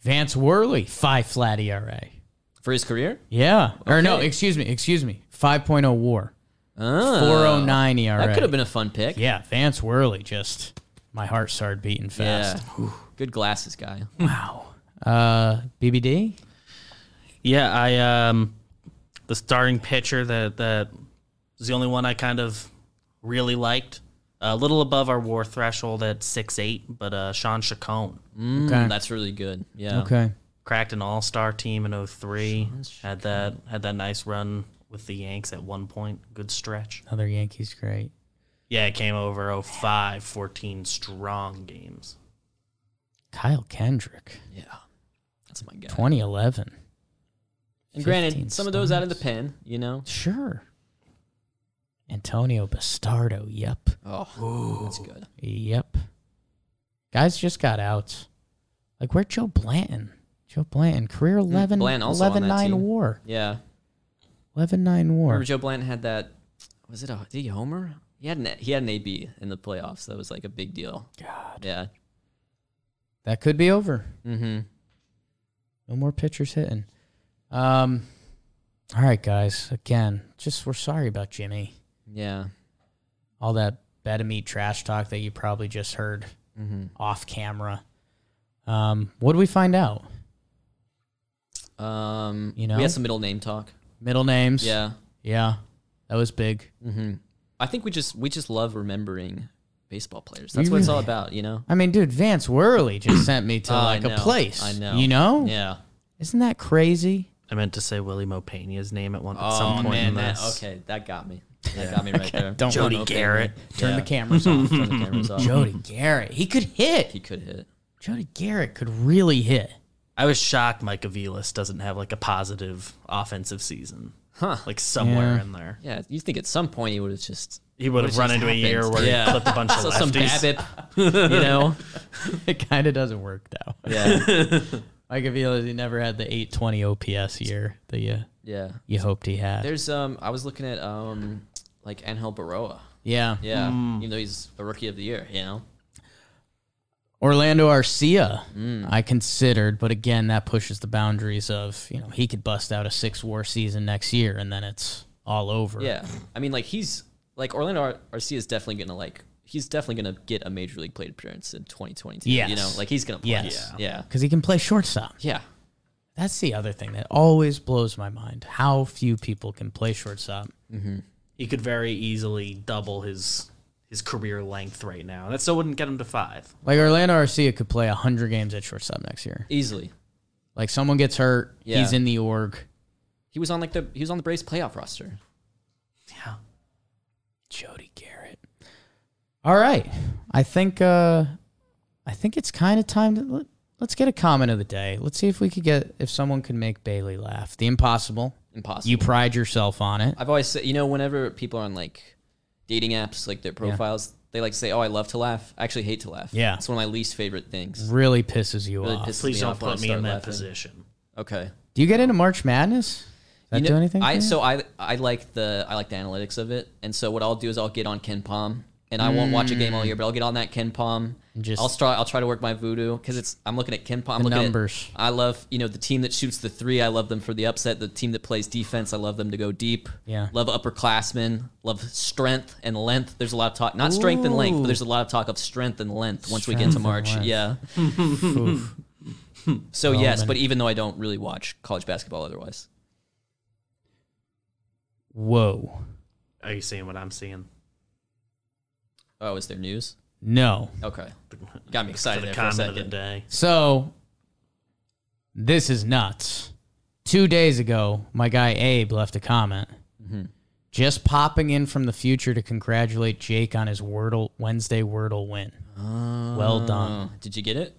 Speaker 2: Vance Worley, five flat ERA.
Speaker 3: for his career
Speaker 2: Yeah. Or no,
Speaker 3: Okay.
Speaker 2: excuse me, excuse me. 5.0 war.
Speaker 3: oh,
Speaker 2: 409 ERA.
Speaker 3: that could have been a fun pick
Speaker 2: E Yeah, Vance Worley just my heart started beating
Speaker 3: yeah Hmm.
Speaker 2: fast.
Speaker 3: good glasses guy
Speaker 2: Wow. Uh BBD?
Speaker 4: Yeah, I um the starting pitcher that that was the only one I kind of really liked. A little above our war threshold at six eight, but uh, Sean Chacon
Speaker 3: Hmm,
Speaker 2: okay.
Speaker 3: that's really good yeah
Speaker 2: okay.
Speaker 4: cracked an All Star team in 03. Had that had that nice run with the Yanks at one point, good stretch.
Speaker 2: Another Yankees great.
Speaker 4: Yeah, it came over 05, 14 strong games.
Speaker 2: Kyle Kendrick,
Speaker 3: yeah that's my guy
Speaker 2: 2011.
Speaker 3: and granted
Speaker 2: 15
Speaker 3: some of those out of the pen you know
Speaker 2: Sure. Antonio Bastardo, yep.
Speaker 3: oh that's good
Speaker 2: Yep. Guys just got out. Like, where'd Joe Blanton? Joe Blanton, career 11,
Speaker 3: Hmm, Blanton also on that
Speaker 2: 11 9
Speaker 3: team.
Speaker 2: war.
Speaker 3: yeah
Speaker 2: 11 9 war.
Speaker 3: Remember Joe Blanton had that. Was it a did he homer? He had an he had an AB in the playoffs. That was like a big deal. God. Yeah.
Speaker 2: That could be over.
Speaker 3: Mm-hmm.
Speaker 2: No more pitchers hitting. Um, all right, guys. Again, just we're sorry about Jimmy.
Speaker 3: Yeah.
Speaker 2: All that bed of meat trash talk that you probably just heard
Speaker 4: Mm-hmm.
Speaker 2: off camera. Um, what did we find out?
Speaker 3: Um.
Speaker 2: You
Speaker 3: You
Speaker 2: know?
Speaker 3: know. We had some middle name talk.
Speaker 2: Middle names.
Speaker 3: Yeah.
Speaker 2: Yeah. That was big.
Speaker 3: Mm-hmm. I think we just we just love remembering baseball players. That's what it's all
Speaker 2: really-
Speaker 3: about. You know.
Speaker 2: I mean, dude, Vance Worley just sent me to
Speaker 3: Oh, I
Speaker 2: like a
Speaker 3: know.
Speaker 2: place.
Speaker 3: I know.
Speaker 2: You know?
Speaker 3: Yeah.
Speaker 2: Isn't that crazy?
Speaker 4: I meant to say Willie Mopena's name at one at
Speaker 3: Oh
Speaker 4: some point
Speaker 3: man.
Speaker 4: in
Speaker 3: That,
Speaker 4: this.
Speaker 3: okay. That got me. That got me right there.
Speaker 2: Don't
Speaker 4: Jody
Speaker 3: Don't open me.
Speaker 4: Garrett.
Speaker 2: Turn
Speaker 3: Yeah.
Speaker 2: the cameras off.
Speaker 3: Turn the cameras off.
Speaker 2: Jody Garrett. He could hit.
Speaker 3: He could hit.
Speaker 2: Jody Garrett could really hit.
Speaker 4: I was shocked Mike Avilas doesn't have like a positive offensive season.
Speaker 3: Huh.
Speaker 4: Like somewhere
Speaker 2: Yeah.
Speaker 4: in there.
Speaker 3: Yeah. You think at some point he would have just
Speaker 4: He would have
Speaker 3: just
Speaker 4: run into a year
Speaker 3: happened.
Speaker 4: where
Speaker 3: Yeah.
Speaker 4: he clipped a bunch of
Speaker 3: so some
Speaker 4: lefties.
Speaker 3: BABIP, you know.
Speaker 2: It kind of doesn't work, though.
Speaker 3: Yeah.
Speaker 5: Mike Avila he never had the 820 OPS year that you
Speaker 3: Yeah.
Speaker 5: you hoped he had.
Speaker 3: There's um I was looking at um like Angel Baroa.
Speaker 2: Yeah.
Speaker 3: Yeah. Even though he's a rookie of the year, you know?
Speaker 2: Orlando Arcia, I considered, but again, that pushes the boundaries of, you know, he could bust out a six war season next year and then it's all over.
Speaker 3: Yeah. I mean like he's like Orlando Ar- Arcia is definitely gonna like he's definitely gonna get a major league plate appearance in twenty twenty two. You
Speaker 2: Yes.
Speaker 3: know, like he's gonna play.
Speaker 2: Yes.
Speaker 3: Yeah.
Speaker 2: Because he can play shortstop.
Speaker 3: Yeah.
Speaker 2: That's the other thing that always blows my mind how few people can play shortstop.
Speaker 4: He could very easily double his his career length right now. That still wouldn't get him to five.
Speaker 2: Like Orlando Arcia could play 100 games at shortstop next year.
Speaker 3: Easily.
Speaker 2: Like someone gets hurt,
Speaker 3: Yeah.
Speaker 2: he's in the org.
Speaker 3: He was on like the he was on the Braves playoff roster.
Speaker 4: Yeah.
Speaker 2: Jody Garrett. All right. I think uh I think it's kind of time to let, let's get a comment of the day. Let's see if we could get if someone can make Bailey laugh. The impossible.
Speaker 3: Impossible.
Speaker 2: You pride yourself on it.
Speaker 3: I've always said, you know, whenever people are on like dating apps, like their profiles, they like say, "Oh, I love to laugh. I actually hate to laugh."
Speaker 2: Yeah.
Speaker 3: it's one of my least favorite things.
Speaker 2: Really pisses you
Speaker 3: Really
Speaker 2: off.
Speaker 3: pisses
Speaker 4: Please
Speaker 3: me
Speaker 4: don't
Speaker 3: off when I
Speaker 4: put me
Speaker 3: start
Speaker 4: in that
Speaker 3: laughing.
Speaker 4: position.
Speaker 2: Mm-hmm.
Speaker 3: Okay.
Speaker 2: do you get into March Madness? Does that
Speaker 3: You know,
Speaker 2: do anything? for
Speaker 3: I
Speaker 2: you?
Speaker 3: so I I like the I like the analytics of it, and so what I'll do is I'll get on Ken Palm, and I won't watch a game all year, but I'll get on that Ken Palm.
Speaker 2: just-
Speaker 3: I'll try I'll try to work my voodoo because it's I'm looking at Ken Palm I'm
Speaker 2: The
Speaker 3: looking at-
Speaker 2: numbers.
Speaker 3: I love you know the team that shoots the three. I love them for the upset. The team that plays defense. I love them to go deep.
Speaker 2: Yeah.
Speaker 3: Love upperclassmen. Love strength and length. There's a lot of talk, not strength and length, but there's a lot of talk of strength and length once we get
Speaker 2: Strength
Speaker 3: to
Speaker 2: and
Speaker 3: March.
Speaker 2: length. Oh,
Speaker 3: Yeah. so yes, but even though I don't really watch college basketball otherwise.
Speaker 2: Whoa.
Speaker 4: Are you seeing what I'm seeing?
Speaker 3: Oh, is there news?
Speaker 2: No.
Speaker 3: Okay. Got me
Speaker 4: For
Speaker 3: excited
Speaker 4: the
Speaker 3: there for a
Speaker 4: comment of the
Speaker 3: second.
Speaker 4: day.
Speaker 2: So this is nuts. Two days ago, my guy Abe left a comment. Just popping in from the future to congratulate Jake on his Wordle Wednesday Wordle win. well done.
Speaker 3: Oh, did you get it?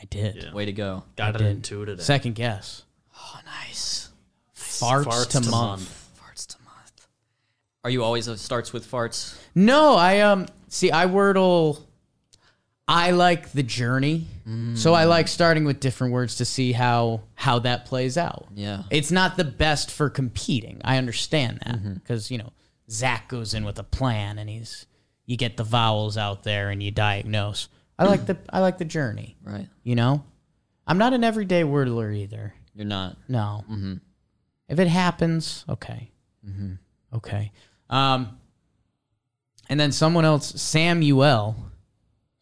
Speaker 2: I did.
Speaker 4: Yeah.
Speaker 3: Way to go.
Speaker 4: Got it in two today.
Speaker 2: Second guess.
Speaker 3: Oh, nice.
Speaker 2: Farts,
Speaker 4: Farts
Speaker 2: to,
Speaker 4: to
Speaker 2: month.
Speaker 3: Farts to month. Are you always a starts with farts?
Speaker 2: No, I um see I Wordle I like the journey. So I like starting with different words to see how how that plays out.
Speaker 3: Yeah.
Speaker 2: It's not the best for competing. I understand that because you know Zach goes in with a plan and he's you get the vowels out there and you diagnose. I like the I like the journey.
Speaker 3: Right.
Speaker 2: You know, I'm not an everyday wordler either.
Speaker 3: You're not.
Speaker 2: No. If it happens, okay. Okay. Mm-hmm. Um, and then someone else, Samuel,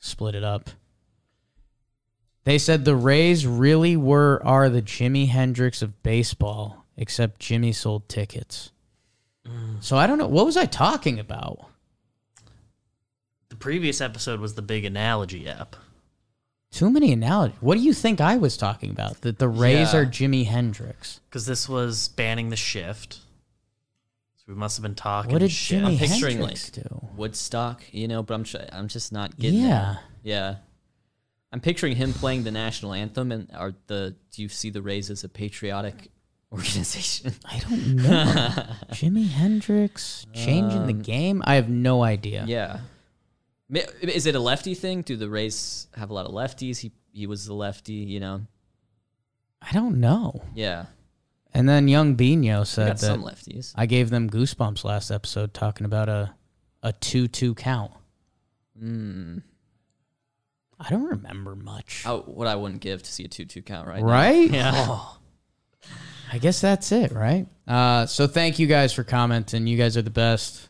Speaker 2: split it up. They said the Rays really were are the Jimi Hendrix of baseball, except Jimmy sold tickets. So I don't know what was I talking about.
Speaker 4: The previous episode was the big analogy app.
Speaker 2: Too many analogies. What do you think I was talking about? That the Rays
Speaker 3: Yeah.
Speaker 2: are Jimi Hendrix.
Speaker 4: Because this was banning the shift. So we must have been talking.
Speaker 2: What did
Speaker 4: shit.
Speaker 2: Jimmy
Speaker 3: picturing,
Speaker 2: Hendrix
Speaker 3: like,
Speaker 2: do?
Speaker 3: Woodstock, you know, but I'm tr- I'm just not getting
Speaker 2: Yeah.
Speaker 3: it. Yeah. I'm picturing him playing the national anthem and are the do you see the Rays as a patriotic organization?
Speaker 2: I don't know. Jimi Hendrix changing the game? I have no idea.
Speaker 3: Um, yeah. Ma- Is it a lefty thing? Do the Rays have a lot of lefties? He he was the lefty, you know.
Speaker 2: I don't know.
Speaker 3: Yeah.
Speaker 2: And then Young Bino
Speaker 3: We
Speaker 2: said
Speaker 3: got
Speaker 2: that
Speaker 3: some lefties.
Speaker 2: I gave them goosebumps last episode talking about a a two two count. I don't remember much.
Speaker 3: Hmm. I, what I wouldn't give to see a 2 2 count, right? now.
Speaker 2: right?
Speaker 4: Yeah.
Speaker 2: I guess that's it, right? Uh, so thank you guys for commenting. You guys are the best.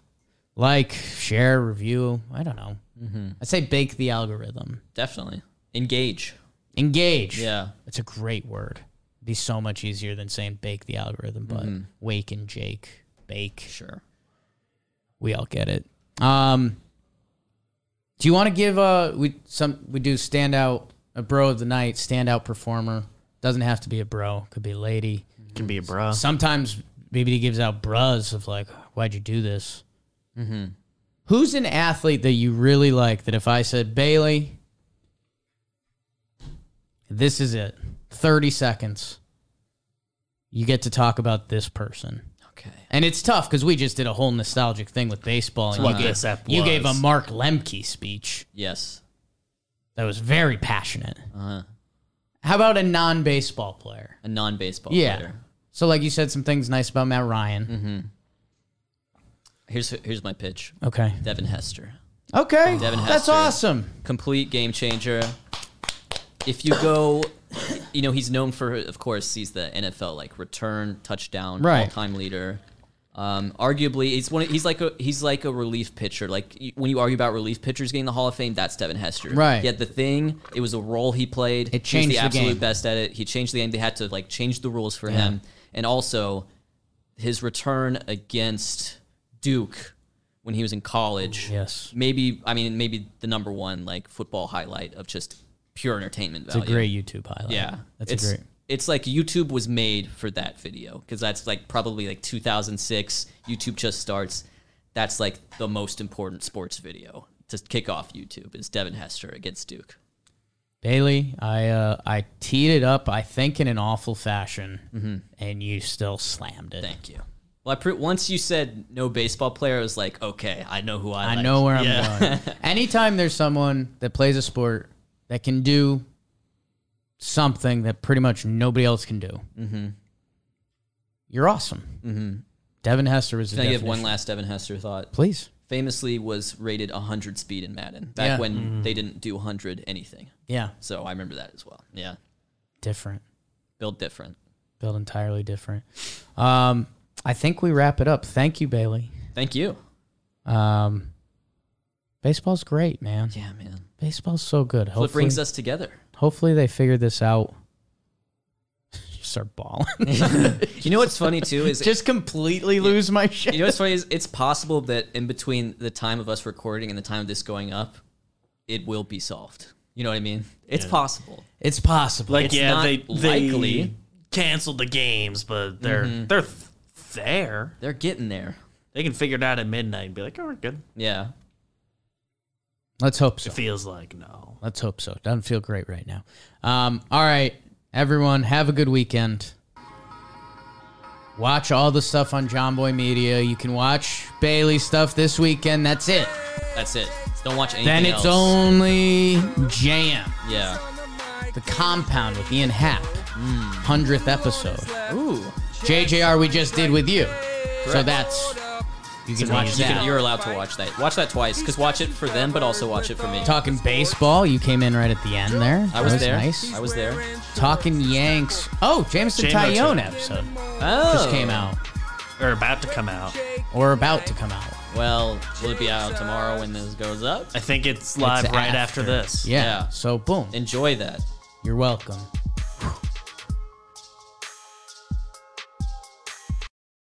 Speaker 2: Like, share, review. I don't know.
Speaker 3: Mm-hmm.
Speaker 2: I'd say bake the algorithm.
Speaker 3: Definitely. Engage.
Speaker 2: Engage.
Speaker 3: Yeah.
Speaker 2: It's a great word. It'd be so much easier than saying bake the algorithm, but wake and Jake, bake.
Speaker 3: Sure.
Speaker 2: We all get it. Um, do you want to give uh we some we do standout a bro of the night standout performer doesn't have to be a bro could be a lady
Speaker 4: Can be a bro.
Speaker 2: sometimes BBD gives out bras of like why'd you do this mm-hmm. who's an athlete that you really like that if I said Bailey this is it 30 seconds you get to talk about this person
Speaker 3: Okay.
Speaker 2: and it's tough because we just did a whole nostalgic thing with baseball. And
Speaker 4: what
Speaker 2: you,
Speaker 4: this
Speaker 2: gave,
Speaker 4: app
Speaker 2: you gave a
Speaker 4: was.
Speaker 2: Mark Lemke speech
Speaker 3: Yes.
Speaker 4: Uh-huh.
Speaker 2: that was very passionate.
Speaker 3: Uh huh.
Speaker 2: How about a non-baseball player?
Speaker 3: a non-baseball
Speaker 2: Yeah.
Speaker 3: player.
Speaker 2: So, like you said, some things nice about Matt Ryan.
Speaker 3: Here's here's my pitch.
Speaker 2: Okay.
Speaker 3: Devin Hester,
Speaker 2: Okay.
Speaker 3: Devin
Speaker 2: That's
Speaker 3: Hester.
Speaker 2: awesome.
Speaker 3: complete game changer. If you go, you know he's known for, of course, he's the NFL like return touchdown
Speaker 2: Right.
Speaker 3: all-time leader. Um, arguably, he's one. of- He's like a he's like a relief pitcher. Like y- when you argue about relief pitchers getting the Hall of Fame, that's Devin Hester.
Speaker 2: Right.
Speaker 3: He had the thing. It was a role he played.
Speaker 2: It
Speaker 3: he was
Speaker 2: changed the
Speaker 3: absolute
Speaker 2: game.
Speaker 3: best at it. He changed the game. They had to like change the rules for him, and also his return against Duke when he was in college.
Speaker 5: Yes.
Speaker 3: Maybe I mean maybe the number one like football highlight of just pure entertainment
Speaker 5: It's a
Speaker 3: value.
Speaker 5: great YouTube highlight.
Speaker 3: yeah.
Speaker 5: That's
Speaker 3: it's,
Speaker 5: a great.
Speaker 3: It's like YouTube was made for that video because that's like probably like 2006. YouTube just starts. That's like the most important sports video to kick off YouTube is Devin Hester against Duke.
Speaker 2: Bailey, I uh, I teed it up, I think, in an awful fashion, and you still slammed it.
Speaker 3: Mm-hmm. Thank you. Well, I pre- once you said no baseball player, I was like, okay, I know who I.
Speaker 2: I
Speaker 3: like.
Speaker 2: know where
Speaker 4: Yeah.
Speaker 2: I'm going. Anytime there's someone that plays a sport that can do something that pretty much nobody else can do,
Speaker 3: Mm-hmm.
Speaker 2: you're awesome. Devin Hester is.
Speaker 3: Can I give one last Devin Hester thought?
Speaker 2: Please.
Speaker 3: famously was rated 100 speed in Madden back
Speaker 2: Yeah.
Speaker 3: when
Speaker 5: Mm-hmm.
Speaker 3: they didn't do 100 anything.
Speaker 2: Yeah,
Speaker 3: So I remember that as well. Yeah.
Speaker 2: different.
Speaker 3: Build different.
Speaker 2: Built entirely different. Um, I think we wrap it up. Thank you, Bailey.
Speaker 3: Thank you.
Speaker 2: Um, baseball's great, man.
Speaker 3: Yeah, man.
Speaker 2: Baseball's so good.
Speaker 3: What
Speaker 2: Hopefully,
Speaker 3: brings us together?
Speaker 2: hopefully they figure this out. Start balling.
Speaker 3: You know what's funny too is
Speaker 2: Just completely lose my shit.
Speaker 3: you know what's funny is it's possible that in between the time of us recording and the time of this going up, it will be solved. You know what I mean? It's possible.
Speaker 2: It's possible.
Speaker 4: Like
Speaker 3: It's
Speaker 4: yeah,
Speaker 3: not
Speaker 4: they they
Speaker 3: likely. Mm-hmm.
Speaker 4: canceled the games, but they're they're th- there.
Speaker 3: They're getting there.
Speaker 4: They can figure it out at midnight and be like, "Oh, we're good."
Speaker 3: Yeah.
Speaker 2: Let's hope so.
Speaker 4: It feels like no.
Speaker 2: Let's hope so. Doesn't feel great right now. Um, all right, everyone, have a good weekend. Watch all the stuff on John Boy Media. You can watch Bailey stuff this weekend. That's it.
Speaker 3: That's it. Don't watch anything
Speaker 2: Then it's
Speaker 3: else.
Speaker 2: only Jam,
Speaker 3: Yeah.
Speaker 2: the compound with Ian Happ, hundredth episode.
Speaker 3: Ooh.
Speaker 2: JJR we just did with you. So that's you can watch
Speaker 3: You
Speaker 2: that.
Speaker 3: can, you're allowed to watch that. Watch that twice. Because watch it for them, but also watch it for me.
Speaker 2: Talking baseball, you came in right at the end there. That
Speaker 3: I was, there.
Speaker 2: Nice.
Speaker 3: I was there.
Speaker 2: Talking Yanks. Oh, Jameson
Speaker 4: Jameson.
Speaker 2: Tyone episode
Speaker 3: Oh.
Speaker 2: just came out
Speaker 4: Or about to come out.
Speaker 2: or about to come out.
Speaker 3: Well, will it be out tomorrow when this goes up?
Speaker 4: I think it's live right after, this.
Speaker 2: Yeah.
Speaker 3: Yeah.
Speaker 2: So boom.
Speaker 3: Enjoy that.
Speaker 2: You're welcome.